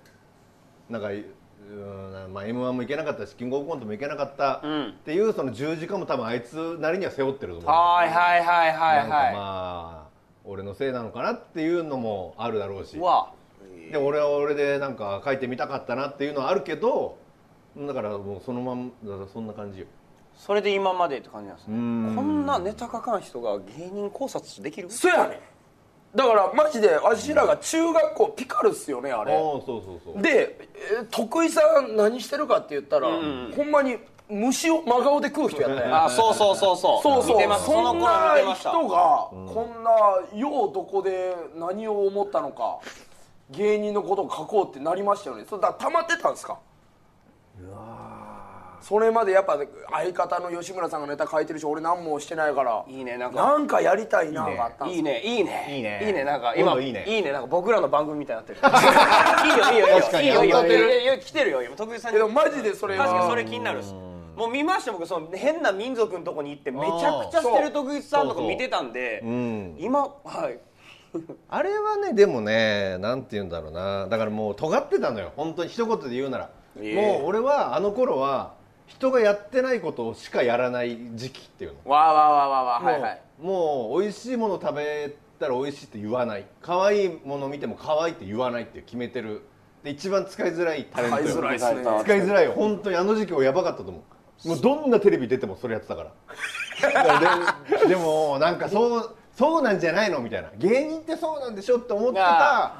Speaker 1: なんかうーんまあ m 1もいけなかったしキングオブコントもいけなかった
Speaker 2: うん
Speaker 1: っていうその十字架も多分あいつなりには背負ってると思う
Speaker 4: はいはいはい
Speaker 1: な
Speaker 4: は
Speaker 1: ん
Speaker 4: い
Speaker 1: か
Speaker 4: はい
Speaker 1: まあ俺のせいなのかなっていうのもあるだろうし
Speaker 2: うわ
Speaker 1: で俺は俺でなんか書いてみたかったなっていうのはあるけどだからもうそのまんだからそんな感じよ
Speaker 2: それで今までって感じなんですね
Speaker 1: うん
Speaker 2: こんなネタ書かん人が芸人考察できる
Speaker 4: そやねだからマジであしらが中学校ピカルっすよねあ
Speaker 1: ああ
Speaker 4: れ
Speaker 1: そうそうそう
Speaker 4: で、えー徳井さん何してるかって言ったら、ほんまに虫を真顔で食う人やったやん
Speaker 2: あそうそうそうそう
Speaker 4: そうそう
Speaker 2: 見てますその
Speaker 4: そん
Speaker 2: 頃
Speaker 4: な
Speaker 2: 見てました
Speaker 4: 人が、こんなようどこで何を思ったのか芸人のことを書こうってなりましたよねそれだから溜まってたんですかそれまでやっぱ相方の吉村さんがネタ書いてるし俺何もしてないから
Speaker 2: いいねなんか
Speaker 4: なんかやりたいながあったん
Speaker 2: い
Speaker 4: です
Speaker 2: いねいいね
Speaker 1: いいね
Speaker 2: いいねなんか
Speaker 1: 今
Speaker 2: 今
Speaker 1: 度いいね
Speaker 2: いいねなんか僕らの番組みたいになってるいいよいいよいいよ
Speaker 1: 確かに
Speaker 2: いいよいいよ
Speaker 1: 当たってる
Speaker 2: いやいや来てるよ今徳井さん
Speaker 4: けどマジでそれは
Speaker 2: 確かにそれ気になるっすもう見ました僕その変な民族のとこに行ってめちゃくちゃしてる徳井さんとか見てたんで
Speaker 1: うん
Speaker 2: 今はい
Speaker 1: あれはねでもねなんて言うんだろうなだからもう尖ってたのよ本当に一言で言うなら、
Speaker 4: ええ
Speaker 1: もう俺はあの頃は人がやってないことしかやらない時期っていうの
Speaker 4: わあわあわあわあわあはいはい
Speaker 1: もうもう美味しいもの食べたら美味しいって言わない可愛いもの見ても可愛いって言わないって決めてるで一番使いづらいタレント
Speaker 4: 買い
Speaker 1: よ
Speaker 4: づらいっすね
Speaker 1: 使いづらいよ本当にあの時期はやばかったと思うもうどんなテレビ出てもそれやってたからだからででもなんかそうそうなんじゃないのみたいな芸人ってそうなんでしょって思ってた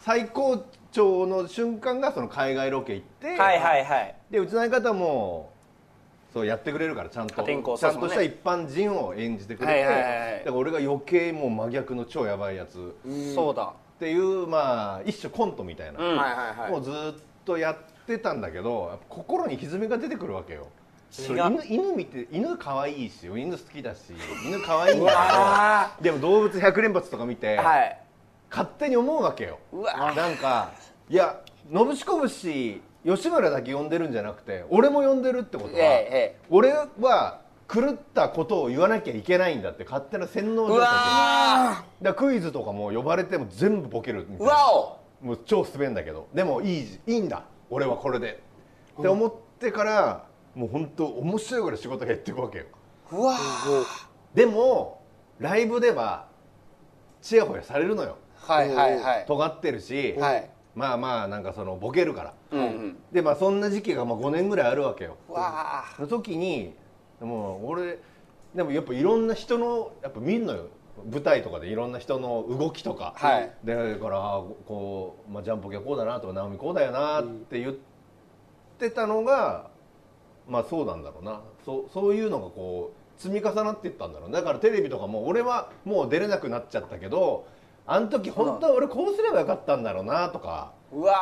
Speaker 1: 最高潮の瞬間がその海外ロケ行って、
Speaker 2: はいはいはい
Speaker 1: でうちの相方もそうやってくれるからちゃんと、
Speaker 2: 転校
Speaker 1: ちゃん
Speaker 2: そう
Speaker 1: と
Speaker 2: で
Speaker 1: し
Speaker 2: す
Speaker 1: た
Speaker 2: もん
Speaker 1: 一般人を演じてくれて、
Speaker 2: はいはいはいはい
Speaker 1: だから俺が余計もう真逆の超やばいやつっ
Speaker 2: そうだ
Speaker 1: ていうまあ一種コントみたいな、
Speaker 2: う
Speaker 4: はい
Speaker 2: ん
Speaker 4: はいはい
Speaker 1: もうずーっとやってたんだけどやっぱ心に歪みが出てくるわけよそれ
Speaker 2: 違
Speaker 1: 犬犬見て犬可愛いし犬好きだ し犬可愛いん
Speaker 4: うわ
Speaker 1: だけどでも動物100連発とか見て、
Speaker 4: はい
Speaker 1: 勝手に思うわけよ
Speaker 2: うわ
Speaker 1: なんかいやのぶしこぶし吉村だけ呼んでるんじゃなくて俺も呼んでるってことは、
Speaker 4: ええええ
Speaker 1: 俺は狂ったことを言わなきゃいけないんだって勝手な洗脳
Speaker 2: う
Speaker 1: 状態だか
Speaker 2: わ
Speaker 1: らクイズとかも呼ばれても全部ボケるみ
Speaker 2: ー
Speaker 1: た
Speaker 2: う
Speaker 1: いな
Speaker 2: わお
Speaker 1: もう超滑んだけどでもいいいいんだ俺はこれで、って思ってからもう本当面白いぐらい仕事減っていくわけよ
Speaker 2: うわー
Speaker 1: でもライブではちやほやされるのよ
Speaker 2: はいはいはい
Speaker 1: 尖ってるし、
Speaker 2: はい
Speaker 1: まあまあなんかそのボケるから
Speaker 2: うんうん
Speaker 1: でまあそんな時期がまあ5年ぐらいあるわけよ
Speaker 2: うわ
Speaker 1: その時にもう俺でもやっぱいろんな人のやっぱ見んのよ舞台とかでいろんな人の動きとか、
Speaker 2: はい
Speaker 1: でだからあーこう、まあ、ジャンポケはこうだなとか直美こうだよなって言ってたのが、まあそうなんだろうなそうそういうのがこう積み重なっていったんだろうだからテレビとかも俺はもう出れなくなっちゃったけどあの時本当は俺こうすればよかったんだろうなとか。
Speaker 2: ーうわ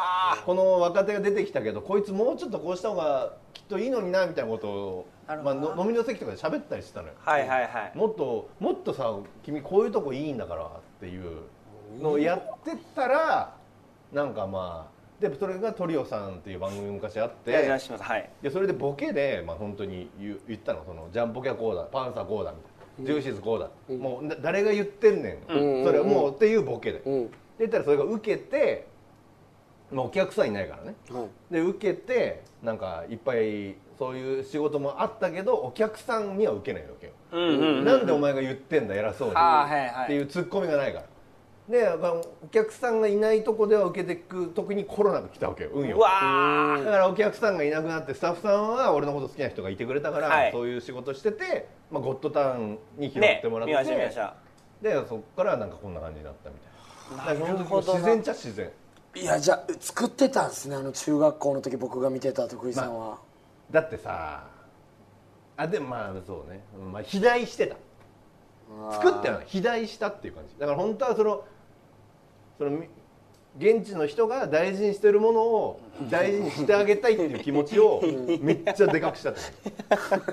Speaker 1: この若手が出てきたけどこいつもうちょっとこうした方がきっといいのになみたいなことを
Speaker 2: なる
Speaker 1: ま
Speaker 2: ほ
Speaker 1: あ、
Speaker 2: ど
Speaker 1: の飲みの席とかで喋ったりしてたのよ
Speaker 2: ーはいはいはい
Speaker 1: もっともっとさ君こういうとこいいんだからっていうのをやってったらなんかまあでそれがトリオさんっていう番組が昔あっ
Speaker 2: いやいら
Speaker 1: て
Speaker 2: っしゃいませはい
Speaker 1: でそれでボケで、まあ本当に言う言ったのそのジャンポケはこうだパンサーこうだみたいな、ジューシーズこうだ、もうな誰が言ってんねん、
Speaker 3: うん
Speaker 1: それはもうっていうボケで、
Speaker 3: うん
Speaker 1: で言ったらそれが受けて、まあ、お客さんいないからね
Speaker 3: はい
Speaker 1: で受けてなんかいっぱいそういう仕事もあったけどお客さんには受けないわけよ、
Speaker 2: うんうんうん
Speaker 1: なんでお前が言ってんだ偉そうに、
Speaker 2: あーはいはい
Speaker 1: っていうツッコミがないからでまあお客さんがいないとこでは受けてく時にコロナが来たわけよ運よ
Speaker 2: うわ
Speaker 1: だからお客さんがいなくなってスタッフさんは俺のこと好きな人がいてくれたから、
Speaker 2: はい
Speaker 1: そういう仕事してて、まあ、ゴッドタウンに拾
Speaker 2: ー
Speaker 1: っ
Speaker 2: ね
Speaker 1: てもらっ
Speaker 2: 見
Speaker 1: て、
Speaker 2: ました見ました
Speaker 1: でそこからなんかこんな感じになったみたいな
Speaker 2: なる
Speaker 1: だか
Speaker 2: ほどな
Speaker 1: ら本当にもう自然っちゃ自然
Speaker 4: いやじゃあ作ってたんですねあの中学校の時僕が見てた徳井さんは、
Speaker 1: だってさあでもまあそうね、うんまあ、肥大してた作ってはない肥大したっていう感じだから本当はそのそのみ現地の人が大事にしてるものを大事にしてあげたいっていう気持ちをめっちゃでかくしたって感じ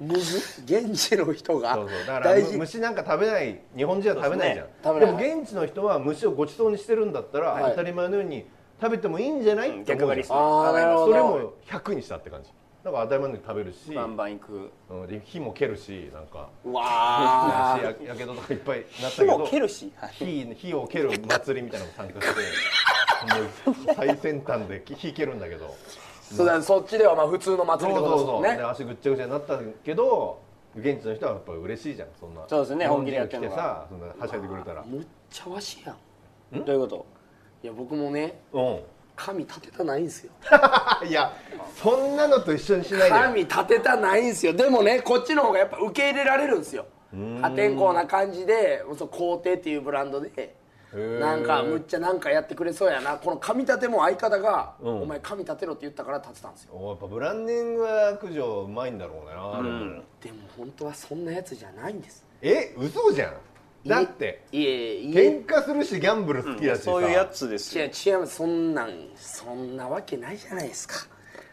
Speaker 4: むず現地の人が
Speaker 1: そうそうだから
Speaker 4: 大事
Speaker 1: む虫なんか食べない日本人は食べないじゃん
Speaker 4: そう
Speaker 1: で
Speaker 4: ですね食べない
Speaker 1: も現地の人は虫をごちそうにしてるんだったら、
Speaker 4: はい
Speaker 1: 当たり前のように食べてもいいんじゃないって思うじゃん
Speaker 2: 逆張りっすね
Speaker 4: ああなるほ
Speaker 1: それ
Speaker 4: ど
Speaker 1: も100にしたって感じだから当たり前のように食べるし、
Speaker 2: バンバン行く
Speaker 1: うんで火も蹴るしなんか
Speaker 4: うわ
Speaker 1: ややけどとかいっぱいなった
Speaker 2: 火
Speaker 1: けど
Speaker 2: も蹴るしはい
Speaker 1: 火火を蹴る祭りみたいなのも参加し てもう最先端で火蹴るんだけど
Speaker 3: そうだそっちではまあ普通の
Speaker 1: そ
Speaker 3: 祭
Speaker 1: う
Speaker 3: りってことで
Speaker 1: そう
Speaker 3: すも
Speaker 1: そ
Speaker 3: ん
Speaker 1: う、
Speaker 3: ね
Speaker 1: で足ぐっちゃぐちゃになったけど現地の人はやっぱ嬉しいじゃんそんな
Speaker 2: そうですね
Speaker 1: 日本
Speaker 2: 本気でやって
Speaker 1: 人
Speaker 2: ん
Speaker 1: が来て
Speaker 2: のが
Speaker 1: さそんなはしゃいでくれたら
Speaker 4: むっちゃわしやん
Speaker 2: どういうこ
Speaker 4: いや僕もね
Speaker 1: う
Speaker 4: 神立てたないんすよ
Speaker 1: んいやそんなのと一緒にしないでよ
Speaker 4: 神立てたないんすよでもねこっちの方がやっぱ受け入れられるんですよ破天荒な感じでそう皇帝っていうブランドで
Speaker 1: ー
Speaker 4: なんかむっちゃなんかやってくれそうやなこの神立ても相方が、
Speaker 1: うん
Speaker 4: お前神立てろって言ったから立てたんですよ
Speaker 1: おやっぱブランディングは九条うまいんだろうな、
Speaker 2: とうん
Speaker 4: でも本当はそんなやつじゃないんです
Speaker 1: え嘘じゃんだって
Speaker 4: いえいえ
Speaker 1: 喧嘩するしギャンブル好きだしさ、
Speaker 2: そういうやつです
Speaker 4: 違う
Speaker 2: よ
Speaker 4: 違うそんなんそんなわけないじゃないですか、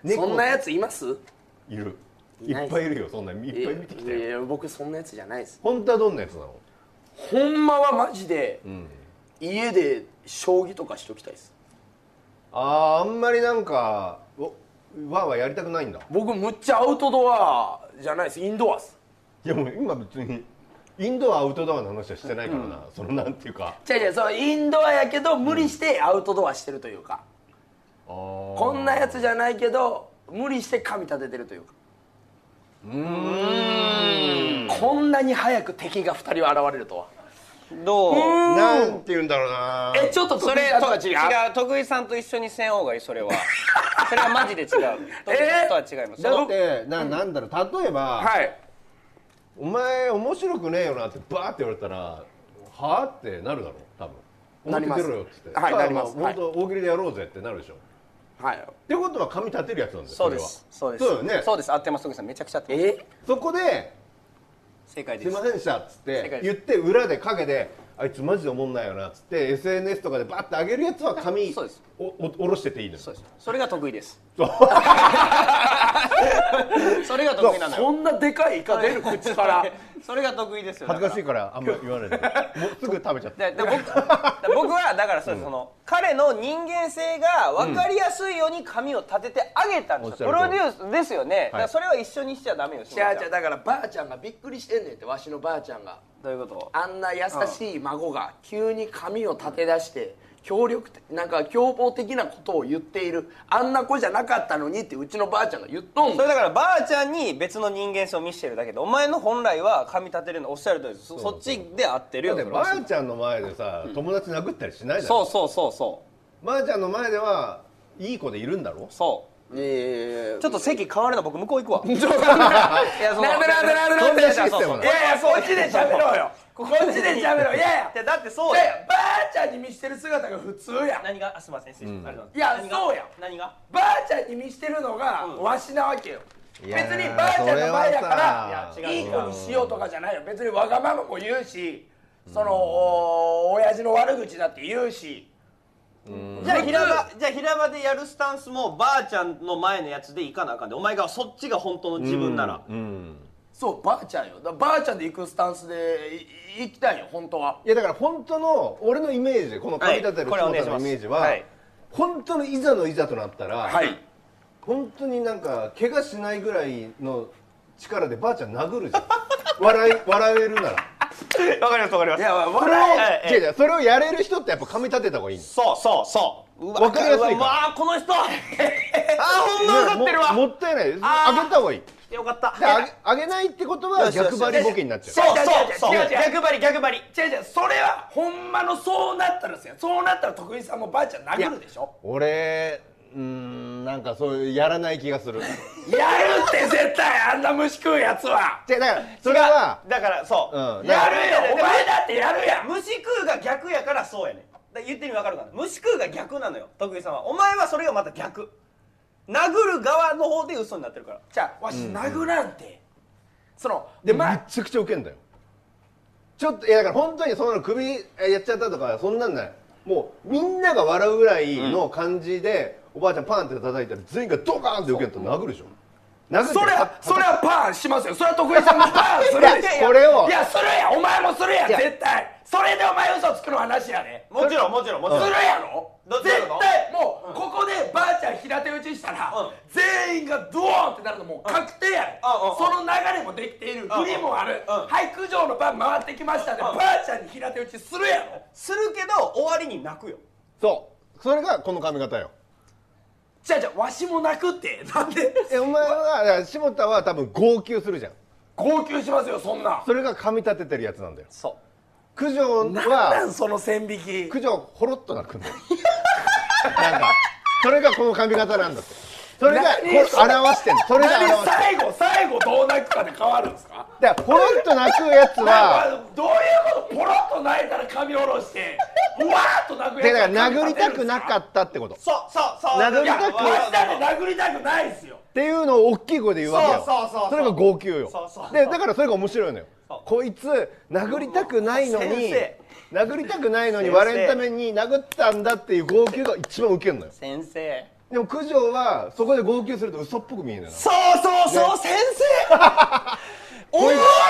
Speaker 1: 猫
Speaker 4: そんなやついます
Speaker 1: いるい
Speaker 4: いない
Speaker 1: っぱいいるよそんないっぱい見てきた
Speaker 4: いやい
Speaker 1: よ
Speaker 4: や僕そんなやつじゃないです
Speaker 1: 本当はどんなやつなの
Speaker 4: ほんまはマジで、
Speaker 1: ん
Speaker 4: 家で将棋とかしときたいです
Speaker 1: あーあんまりなんかおわーわーやりたくないんだ
Speaker 3: 僕むっちゃアウトドアじゃないですインドアっす
Speaker 1: いやもう今別にインドアアウトドアの話はしてないからな、そのなんていうか
Speaker 4: 違う違うそうインドアやけど無理してアウトドアしてるというか、こ
Speaker 1: こ
Speaker 4: んなやつじゃないけど無理して神立ててるというかうんこんなに早く敵が2人は現れるとは
Speaker 2: どう
Speaker 1: なんて言うんだろうな
Speaker 4: えちょっと
Speaker 2: それ
Speaker 4: と
Speaker 2: と
Speaker 4: は
Speaker 2: は
Speaker 4: 違う
Speaker 2: 違う徳井さんと一緒にせん方がいいそれはそれはマジで違う徳井さんとは違います
Speaker 1: だってななんだろう例えば、
Speaker 3: はい
Speaker 1: お前面白くねえよなってバーって言われたらはあってなるだろう多分
Speaker 4: なりま
Speaker 1: 表
Speaker 4: す
Speaker 1: 出ろよっつって
Speaker 4: はい
Speaker 1: ただ
Speaker 4: なります
Speaker 1: あ本当大喜利でやろうぜってなるでしょ
Speaker 4: はい
Speaker 1: ってことは髪立てるやつなんだよ
Speaker 2: そうで
Speaker 1: れは
Speaker 2: すそうです
Speaker 1: そうよね
Speaker 2: そうです合ってます徳井さんめちゃくちゃ合ってます
Speaker 4: え
Speaker 1: そこで
Speaker 2: 正解です
Speaker 1: い
Speaker 2: す
Speaker 1: ませんでしたっつっ
Speaker 2: 正
Speaker 1: て
Speaker 2: 解です
Speaker 1: 言って裏で陰であいつマジでおもんないよなっつって SNS とかでバッて上げるやつは髪
Speaker 2: そうです
Speaker 1: おお下ろしてていいのよ
Speaker 2: そうですそれが得意です
Speaker 1: そう
Speaker 2: それが得意なのよ
Speaker 4: そんなでかいイカ出る口から
Speaker 2: それが得意ですよ
Speaker 1: 恥ずかし
Speaker 2: だ
Speaker 1: いからあんま言わないでもうすぐ食べちゃった
Speaker 2: らでで僕僕はだからそうですその彼の人間性が分かりやすいように髪を立ててあげたんですよ、
Speaker 1: うん
Speaker 2: プ
Speaker 1: おっしゃる
Speaker 2: ロデ
Speaker 1: 通り
Speaker 2: ュースですよね、だからそれは一緒にしちゃダメよし
Speaker 4: じゃあじゃあ
Speaker 2: ど
Speaker 4: だからばあちゃんがびっくりしてんねんってわしのばあちゃんが
Speaker 2: ういうこと
Speaker 4: あんな優しい孫が急に髪を立て出して協力的なんか凶暴的なことを言っているあんな子じゃなかったのにってうちのばあちゃんが言っとんも
Speaker 2: そ
Speaker 4: ん
Speaker 2: れだからばあちゃんに別の人間性を見せてるだけでお前の本来は髪立てるのおっしゃる通りですそそっちで合ってる
Speaker 1: だっ
Speaker 2: よ
Speaker 1: て
Speaker 2: それ
Speaker 1: ま
Speaker 2: は
Speaker 1: ーちゃんの前でさ、友達殴ったりしないだ
Speaker 2: そう
Speaker 1: ろ
Speaker 2: そうそうそ
Speaker 1: まーちゃんの前ではいい子でいるんだろ
Speaker 2: うそう
Speaker 4: え
Speaker 2: ちょっと席変わるの僕向こう行く わ。
Speaker 4: ちょっとな
Speaker 2: やその
Speaker 4: なんでなんでなんで
Speaker 1: なんで
Speaker 2: そうそうそう
Speaker 1: システム
Speaker 4: いやいやこっちで喋ろうよ
Speaker 2: こ
Speaker 4: こ
Speaker 2: こ
Speaker 4: っちで喋ろうい やいや
Speaker 2: いやだってそう
Speaker 4: いやい
Speaker 2: や。
Speaker 4: やばあちゃんに見してる姿が普通やん
Speaker 2: 何があすみません失礼します。
Speaker 4: いや
Speaker 2: 何が
Speaker 4: そうや
Speaker 2: 何が？
Speaker 4: ばあちゃんに見してるのが
Speaker 2: うん
Speaker 4: わしなわけよ
Speaker 1: い
Speaker 4: 別
Speaker 1: やー
Speaker 4: にばあちゃんの前やか
Speaker 2: それは
Speaker 4: ら
Speaker 2: さ
Speaker 4: いい子にしようとかじゃないよ別にわがままも言うしそのお親父の悪口だって言うし
Speaker 2: じゃあ平場じゃあ平場でやるスタンスもばあちゃんの前のやつで行かなあかんでお前がそっちが本当の自分なら。
Speaker 1: うん
Speaker 4: そうばあちゃんよだからばあちゃんで行くスタンスでいい行きたいよ本当はい
Speaker 1: やだから本当の俺のイメージこの
Speaker 2: は
Speaker 1: 髪
Speaker 2: い
Speaker 1: 立てる
Speaker 2: これお
Speaker 1: 翔
Speaker 2: 願い
Speaker 1: 太の
Speaker 2: しま
Speaker 1: イ
Speaker 2: す
Speaker 1: メージは、
Speaker 2: はい
Speaker 1: 本当のいざのいざとなったら、
Speaker 4: はい
Speaker 1: 本当になんか怪我しないぐらいの力でばあちゃん殴るじゃん 笑い笑えるなら
Speaker 2: わかりますわかりま
Speaker 4: いや
Speaker 1: それを、
Speaker 4: 笑
Speaker 2: はいはい
Speaker 1: 違う違うそれをやれる人ってやっぱ髪立てた方がいいんです
Speaker 2: そうそうそう。う
Speaker 1: わかりやすいから
Speaker 2: うわあこ の人。あほんま分かってる
Speaker 1: も
Speaker 2: わ。
Speaker 1: もったいないです
Speaker 2: あー
Speaker 1: あげた方がいい
Speaker 2: よかった。
Speaker 1: であげあげないってことは
Speaker 2: よしよし
Speaker 1: 逆
Speaker 2: よし
Speaker 1: 張りボケになっちゃう
Speaker 2: そうそうそう。
Speaker 4: 違う違う違う違う
Speaker 2: 逆張り逆張り。
Speaker 4: え違う違うそれはほんまのそうなったらですよそうなったら徳井さんもばあちゃん殴るでしょ
Speaker 1: 俺うーんなんかそういうやらない気が する
Speaker 4: やるって絶対あんな虫食うやつは
Speaker 1: じゃだからそれは
Speaker 2: だからそう。
Speaker 1: うんだ
Speaker 4: や
Speaker 1: から
Speaker 4: るよお前だってやるやん
Speaker 2: 虫食うが逆やからそうやねんだから言ってる意味わかるかな虫食うが逆なのよ徳井さんはお前はそれがまた逆殴る側の方で嘘になってるから
Speaker 4: じゃあわし殴らんてその
Speaker 1: でも
Speaker 4: ま
Speaker 1: めっちゃくちゃウケんだよちょっといやだから本当にそんなの首えやっちゃったとかそんなんないもうみんなが笑うぐらいの感じで、おばあちゃんパンって叩いたら全員がドカーンってウケると殴るでしょ殴るって
Speaker 4: それはそれはパンしますよそれは徳井さんもパンするでしょ
Speaker 1: いやこれを
Speaker 4: いやするやんお前もするやん
Speaker 1: いや
Speaker 4: 絶対それでお前嘘つくの話やで
Speaker 2: もちろんもちろんもち
Speaker 4: す
Speaker 2: ろん
Speaker 4: るやろ
Speaker 2: ど
Speaker 4: 絶
Speaker 2: どういうこと
Speaker 4: 対もうここでばあちゃん平手打ちしたら
Speaker 2: うん
Speaker 4: 全員がドーンってなるのもう確定やん
Speaker 2: うんうん
Speaker 4: その流れもできている振りもある
Speaker 2: うん
Speaker 4: はい九条の番回ってきましたでばあちゃんに平手打ちするやろ
Speaker 2: するけど終わりに泣くよ
Speaker 1: そうそれがこの髪型よ
Speaker 4: じゃあじゃあわしも泣く ってなんで
Speaker 1: えお前はだから下田は多分号泣するじゃん
Speaker 4: 号泣しますよそんな
Speaker 1: それが髪立ててるやつなんだよ
Speaker 2: そ
Speaker 1: 九条
Speaker 4: なんな
Speaker 1: は
Speaker 4: んその線引き
Speaker 1: 九条ほろっと泣くんだよなんかそれがこの髪型なんだってそれがこ
Speaker 4: 何
Speaker 1: れ表してんのそれが表
Speaker 4: 何
Speaker 1: してんの
Speaker 4: 最後最後どう泣くかで変わるんですか
Speaker 1: だからほろっと泣くやつは
Speaker 4: なんかどういうことポロッと泣いたら髪下ろしてうわーっと泣く
Speaker 1: で
Speaker 4: や
Speaker 1: だ
Speaker 4: つ
Speaker 1: から殴りたくなか
Speaker 4: っ
Speaker 1: ったってことっ
Speaker 2: そうそうそう
Speaker 1: 殴りたく
Speaker 2: いや
Speaker 4: わしだって殴りたくないですよ
Speaker 1: ていうのを大きい声で言うわけよ
Speaker 2: そうそうそうそう
Speaker 1: れが号泣よ
Speaker 2: そうそうそう
Speaker 1: でだからそれが面白いのよ
Speaker 2: そう
Speaker 1: こいつ殴りたくないの
Speaker 2: 先
Speaker 1: に
Speaker 2: 生
Speaker 1: 殴りたくないのに
Speaker 2: 先生
Speaker 1: 割れんために殴ったんだっていう号泣が一番ウケるのよ
Speaker 2: 先生
Speaker 1: でも九条はそこで号泣すると嘘っぽく見えるのよ
Speaker 2: そうそうそう、先生大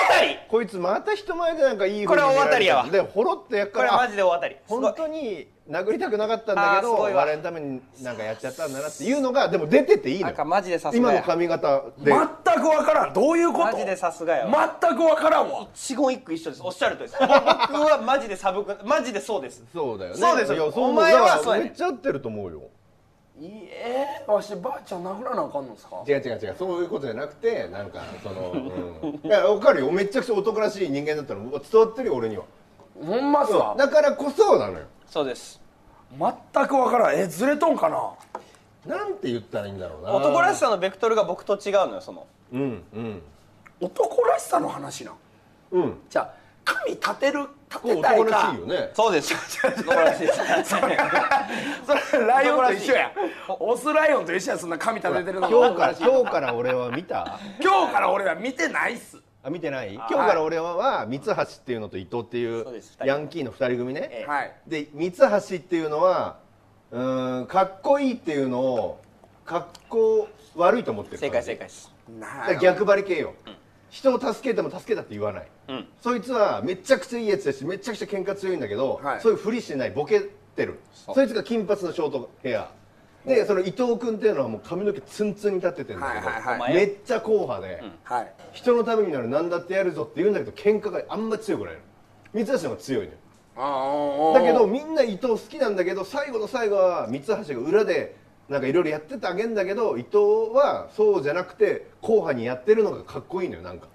Speaker 2: 当たり
Speaker 1: こいつまた人前でなんかいい
Speaker 2: これは
Speaker 1: 見ら
Speaker 2: 大当たりやわ
Speaker 1: でほろっとやっ
Speaker 2: こ
Speaker 1: か
Speaker 2: れ
Speaker 1: ら
Speaker 2: マジで大当たりすごい
Speaker 1: 本当に殴りたくなかったんだけど
Speaker 2: あーすごいわ
Speaker 1: 割れんためになんかやっちゃったんだなっていうのがでも出てていいの
Speaker 2: なん
Speaker 1: よ
Speaker 2: かマジでさすが
Speaker 1: 今の
Speaker 2: や
Speaker 1: 髪型で
Speaker 4: 全くわからんどういうこと
Speaker 2: マジでさすがやわ
Speaker 4: 全くわからんわ
Speaker 2: 一言一句一緒ですおっしゃるとりです僕はマジでサブくマジでそうです
Speaker 1: そうだよね
Speaker 2: そうです
Speaker 1: いやそう
Speaker 2: お前は
Speaker 1: だから
Speaker 2: そうやねん
Speaker 1: めっちゃ合ってると思うよ
Speaker 4: いいえわしばあちゃん殴らなあかんのですか
Speaker 1: 違う違う違うそういうことじゃなくてなんかその、うん、いや分かるよめちゃくちゃ男らしい人間だったら伝わってるよ俺には
Speaker 4: ほんまっすわ
Speaker 1: だからこそなのよ
Speaker 2: そうです
Speaker 4: 全くわからんえずれとんかな
Speaker 1: なんて言ったらいいんだろうな
Speaker 2: 男らし
Speaker 1: さ
Speaker 2: さのベクトルが僕と違うのよその
Speaker 1: うんうん
Speaker 4: 男らしさの話なん
Speaker 1: うん
Speaker 4: じゃあ髪立てる立
Speaker 1: こう
Speaker 4: てたい
Speaker 1: 男
Speaker 4: から
Speaker 1: しいよね
Speaker 2: そうです。男らしいです。
Speaker 4: それライオンと一緒やオスライオンと一緒やそんな髪立ててるの
Speaker 1: 今日から今日から俺は見た
Speaker 4: 今日から俺は見てないっす
Speaker 1: あ見てない今日から俺はは三橋っていうのと伊藤っていう
Speaker 2: そうです
Speaker 1: ヤンキーの2人組ね
Speaker 2: え
Speaker 4: はい
Speaker 1: で三橋っていうのはうーんかっこいいっていうのをかっこ悪いと思ってる
Speaker 2: 正解正解です。
Speaker 1: だから逆張り系よ、人を助けても助けたって言わない、
Speaker 2: うん
Speaker 1: そいつはめちゃくちゃいいやつだしめちゃくちゃ喧嘩強いんだけど、
Speaker 4: はい
Speaker 1: そういうふりしてないボケてるそいつが金髪のショートヘアでその伊藤君っていうのはもう髪の毛ツンツンに立っててんだけど、
Speaker 4: はいはい
Speaker 2: はい
Speaker 1: めっちゃ硬派で、
Speaker 4: はい
Speaker 1: 人のためになる何だってやるぞって言うんだけど喧嘩があんま強くないの三橋の方が強いのよだ
Speaker 4: だ
Speaker 1: けどみんな伊藤好きなんだけど最後の最後は三橋が裏でなんかいろいろやっててあげんだけど伊藤はそうじゃなくて後派にやってるのがかっこいいのよなんか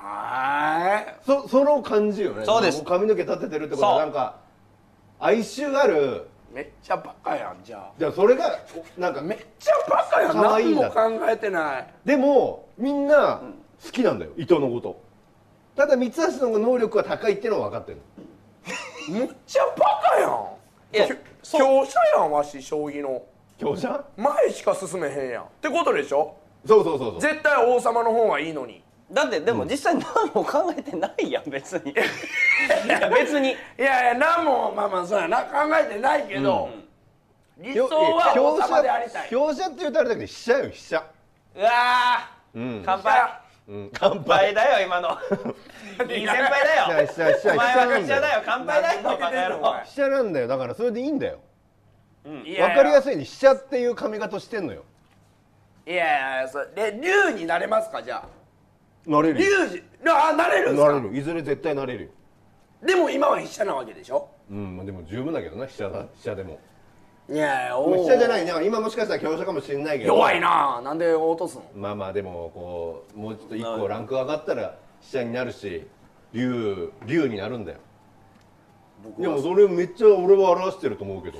Speaker 4: は
Speaker 1: そその感じよね
Speaker 2: そうです
Speaker 1: も髪の毛立ててるってことは
Speaker 2: そう
Speaker 1: なんか哀愁ある
Speaker 4: いめっちゃバカやんじゃ
Speaker 1: じゃあそれがなんか
Speaker 4: あめっちゃバカやん
Speaker 1: 可愛い
Speaker 4: 何
Speaker 1: んだ
Speaker 4: も考えてない
Speaker 1: でもみんな好きなんだよ伊藤のことただ三橋の方が能力が高いっていうのは分かってるの
Speaker 4: めっちゃバカやん
Speaker 2: いや
Speaker 4: きょ
Speaker 2: そ
Speaker 4: 強
Speaker 2: う
Speaker 4: 者やんわし将棋の
Speaker 1: 強者
Speaker 4: 前しか進めへんやんってことでしょ
Speaker 1: そうそうそうそう
Speaker 4: 絶対王様の方がいいのに
Speaker 2: だってでも実際何も考えてないやん別にいや別に
Speaker 4: いやいや何もまあまあそうやな考えてないけど、理想は王
Speaker 1: 強
Speaker 4: 様でありたい
Speaker 1: 強者って言うとあれだけど飛車よ飛車
Speaker 2: うわー、乾杯
Speaker 1: うん乾杯
Speaker 2: 乾杯だよ今のいい先輩だ
Speaker 1: 飛車
Speaker 2: よ
Speaker 1: 飛車飛車
Speaker 2: お前は
Speaker 1: なんだ
Speaker 2: 学者
Speaker 1: よ
Speaker 2: だよ乾杯だよ
Speaker 4: なんで負けて
Speaker 2: バカ
Speaker 4: んの
Speaker 2: 野
Speaker 4: お
Speaker 2: 郎
Speaker 4: 前
Speaker 1: 飛車なんだよだからそれでいいんだよ
Speaker 4: いや
Speaker 1: 分かりや
Speaker 4: い
Speaker 1: すいように飛車っていう髪型してんのよ
Speaker 4: やいやいやそれで竜になれますかじゃあ
Speaker 1: なれる
Speaker 4: 竜
Speaker 1: よ
Speaker 4: じあなれるんす
Speaker 1: な
Speaker 4: か
Speaker 1: れるいずれ絶対なれるよ
Speaker 4: でも今は飛車なわけでしょ
Speaker 1: うんまあでも十分だけどな飛車だ飛車でも
Speaker 4: いやいや
Speaker 1: まあ
Speaker 4: お
Speaker 1: 飛車じゃないいね今もしかしたら強者かもしれないけど
Speaker 4: 弱いななんで落とすの
Speaker 1: まあまあでもこうもうちょっと一個ランク上がったら飛車になるし竜竜になるんだよでもそれめっちゃ俺は表してると思うけど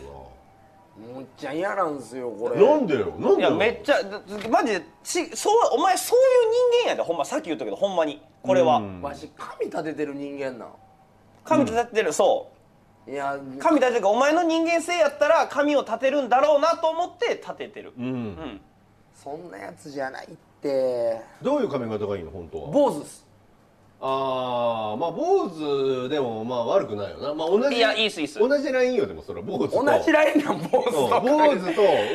Speaker 4: むっちゃ嫌なんすよこれ
Speaker 1: ななんでよなん
Speaker 2: い
Speaker 1: で
Speaker 2: や
Speaker 1: よ
Speaker 2: めっちゃだだマジでちそうお前そういう人間やでほんまさっき言ったけどほんまにこれは
Speaker 1: うん
Speaker 4: わし神立ててる人間なん
Speaker 2: 神立ててるそう
Speaker 4: いや
Speaker 2: 神立ててるお前の人間性やったら神を立てるんだろうなと思って立ててる
Speaker 1: うん
Speaker 2: うん
Speaker 4: そんなやつじゃないって
Speaker 1: どういう髪型がいいの本当は
Speaker 4: 坊主っす
Speaker 1: ああまあ坊主でもまあ悪くないよなまあ同じ
Speaker 2: いやいいっすいいっす
Speaker 1: 同じラインよでもそれは坊主と
Speaker 4: 同じラインなん坊主
Speaker 1: うん坊
Speaker 4: と
Speaker 1: 主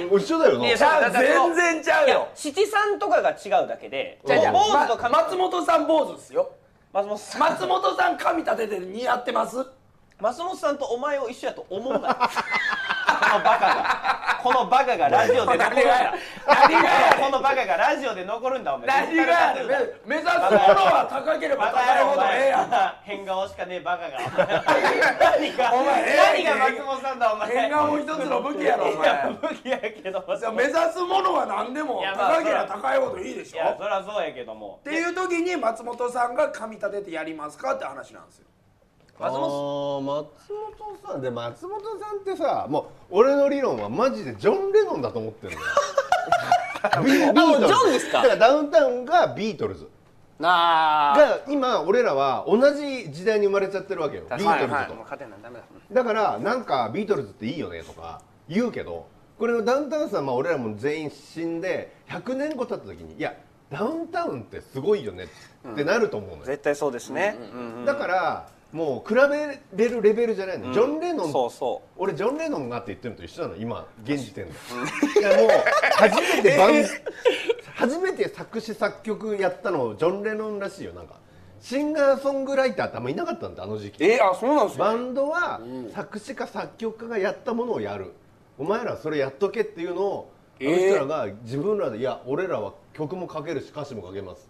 Speaker 1: と一緒だよない
Speaker 2: や
Speaker 4: ちゃう
Speaker 2: だからその
Speaker 4: 全然ちゃう
Speaker 2: い
Speaker 4: よ
Speaker 2: や七三とかが違うだけで
Speaker 4: じゃあじゃあ
Speaker 2: 坊主と
Speaker 4: ま
Speaker 2: 神
Speaker 4: 松本さん坊主っすよ
Speaker 2: 松本さん
Speaker 4: 松本さん神立ててる似合ってます
Speaker 2: 松本さんとお前を一緒やと思うなよこのバカがこのバカがラジオで残るんだ
Speaker 4: 何がやねん
Speaker 2: このバカがラジオで残るんだお前
Speaker 4: 何がやねん目目指すものは高ければ
Speaker 2: バカ
Speaker 4: 高
Speaker 2: や
Speaker 4: い
Speaker 2: ろ
Speaker 4: ほ
Speaker 2: お
Speaker 4: どええ
Speaker 2: 前
Speaker 4: やん
Speaker 2: 変顔しかねえバカが何が
Speaker 4: お前ええ
Speaker 2: 何が松本さんだお前
Speaker 4: 変顔一つの武器やろお
Speaker 2: いや
Speaker 4: 前
Speaker 2: 武器やけど
Speaker 4: じゃあ目指すものは何でも
Speaker 2: いやまあ
Speaker 4: 高ければ高いほどいいでし
Speaker 2: い
Speaker 4: ょ
Speaker 2: やそりゃそうやけども
Speaker 4: っていう時に松本さんが神立ててやりますかって話なんですよ
Speaker 1: あ
Speaker 2: 松本
Speaker 1: ー松本さんで松本さんってさもう俺の理論はマジでジョン・レノンだと思ってる のよビビートルズ
Speaker 2: ジョンですか
Speaker 1: だからダウンタウンがビートルズ
Speaker 2: な
Speaker 1: が今俺らは同じ時代に生まれちゃってるわけよビートルズと、
Speaker 4: 勝てないダメだ
Speaker 1: だからなんかビートルズっていいよねとか言うけどこれのダウンタウンさんは俺らも全員死んで100年後経った時にいやダウンタウンってすごいよねってなると思うのよ、
Speaker 2: 絶対そうですねうんうん
Speaker 1: だからもう比べれるレベルじゃないの、ジョン・レノン
Speaker 2: そうそ
Speaker 1: 俺ジョン・レノンがって言ってるのと一緒なの今現時点で、いやもう初めてバン初めて作詞作曲やったのジョン・レノンらしいよなんかシンガーソングライターってあんまいなかったんだあの時期
Speaker 4: えあそうなんす
Speaker 1: バンドは作詞家作曲家がやったものをやるお前らはそれやっとけっていうのをあの人らが自分らでいや俺らは曲も書けるし歌詞も書けます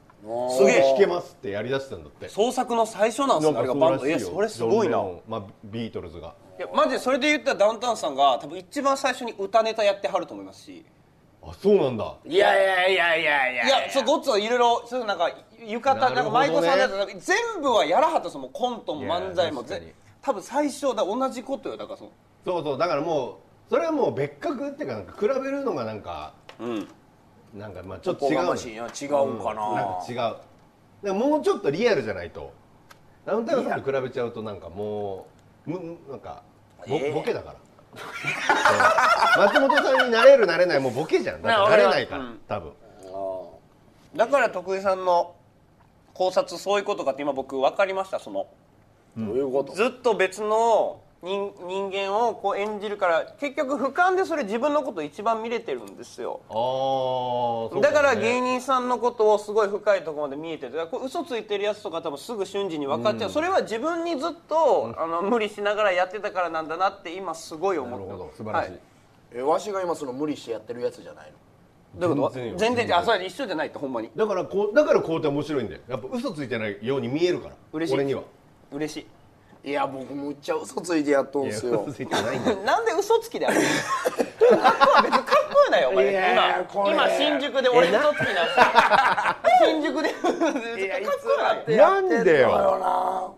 Speaker 1: すげえ弾けますってやりだしたんだって
Speaker 2: う創作の最初なんですねあれがバンドいやそれすごいな
Speaker 1: ジョンレノンまあ、ビートルズが
Speaker 2: いやマジでそれで言ったらダウンタウンさんが多分一番最初に歌ネタやってはると思いますし
Speaker 1: あそうなんだ
Speaker 4: いやいやいやいやいや
Speaker 2: いやちょっとごっつはいろいろちょっとなんか浴衣
Speaker 1: な
Speaker 2: な,、
Speaker 1: るほどね
Speaker 2: んか舞妓さんのやつなんか全部はやらはったんですよもうコントも漫才も
Speaker 1: いや確か
Speaker 2: ぜ
Speaker 1: に
Speaker 2: 多分最初だ同じことよだからその
Speaker 1: そうそうだからもうそれはもう別格っていうかなんか比べるのがなんか
Speaker 2: うん
Speaker 1: なんかまあちょっと
Speaker 4: お
Speaker 1: 違う
Speaker 4: が
Speaker 1: のよ
Speaker 4: ましいな違うんか
Speaker 1: なん
Speaker 4: な
Speaker 1: か違うだからもうちょっとリアルじゃないとダウンタウンさんと比べちゃうとなんかもうむなんかボ,、ボケだからうん松本さんになれるなれないもうボケじゃんだってなれないから、
Speaker 2: うん
Speaker 1: 多分
Speaker 2: だから徳井さんの考察そういうことかって今僕分かりましたその
Speaker 4: どういうこと
Speaker 2: ずっと別の人人間をこう演じるから結局俯瞰でそれ自分のこと一番見れてるんですよ
Speaker 1: あーそう
Speaker 2: だから
Speaker 1: ね
Speaker 2: 芸人さんのことをすごい深いところまで見えてるだからこう嘘ついてるやつとか多分すぐ瞬時に分かっちゃう、それは自分にずっとあの無理しながらやってたからなんだなって今すごい思
Speaker 1: な
Speaker 2: っ
Speaker 1: る
Speaker 2: て
Speaker 1: ほ
Speaker 2: ま
Speaker 1: ど
Speaker 2: す
Speaker 1: 素晴らしい、
Speaker 2: はい
Speaker 4: えわしが今その無理してやってるやつじゃないの
Speaker 2: どういうこと
Speaker 1: 全然よ
Speaker 2: 全然あそれ一緒じゃないってほんまに
Speaker 1: だからこうだからこうって面白いんだよやっぱ嘘ついてないように見えるから
Speaker 2: 嬉しい
Speaker 1: 俺には
Speaker 2: 嬉しい
Speaker 4: い や僕むっちゃ嘘ついてやっとんすよ
Speaker 1: いや嘘ついてないん だよ
Speaker 2: なんで嘘つき であるのかっこは別にかっこよないよお前
Speaker 4: いやこ
Speaker 2: 今
Speaker 4: れ
Speaker 2: 今新宿で俺嘘つきな し新宿でかっこよない
Speaker 1: なんでよ
Speaker 4: だよな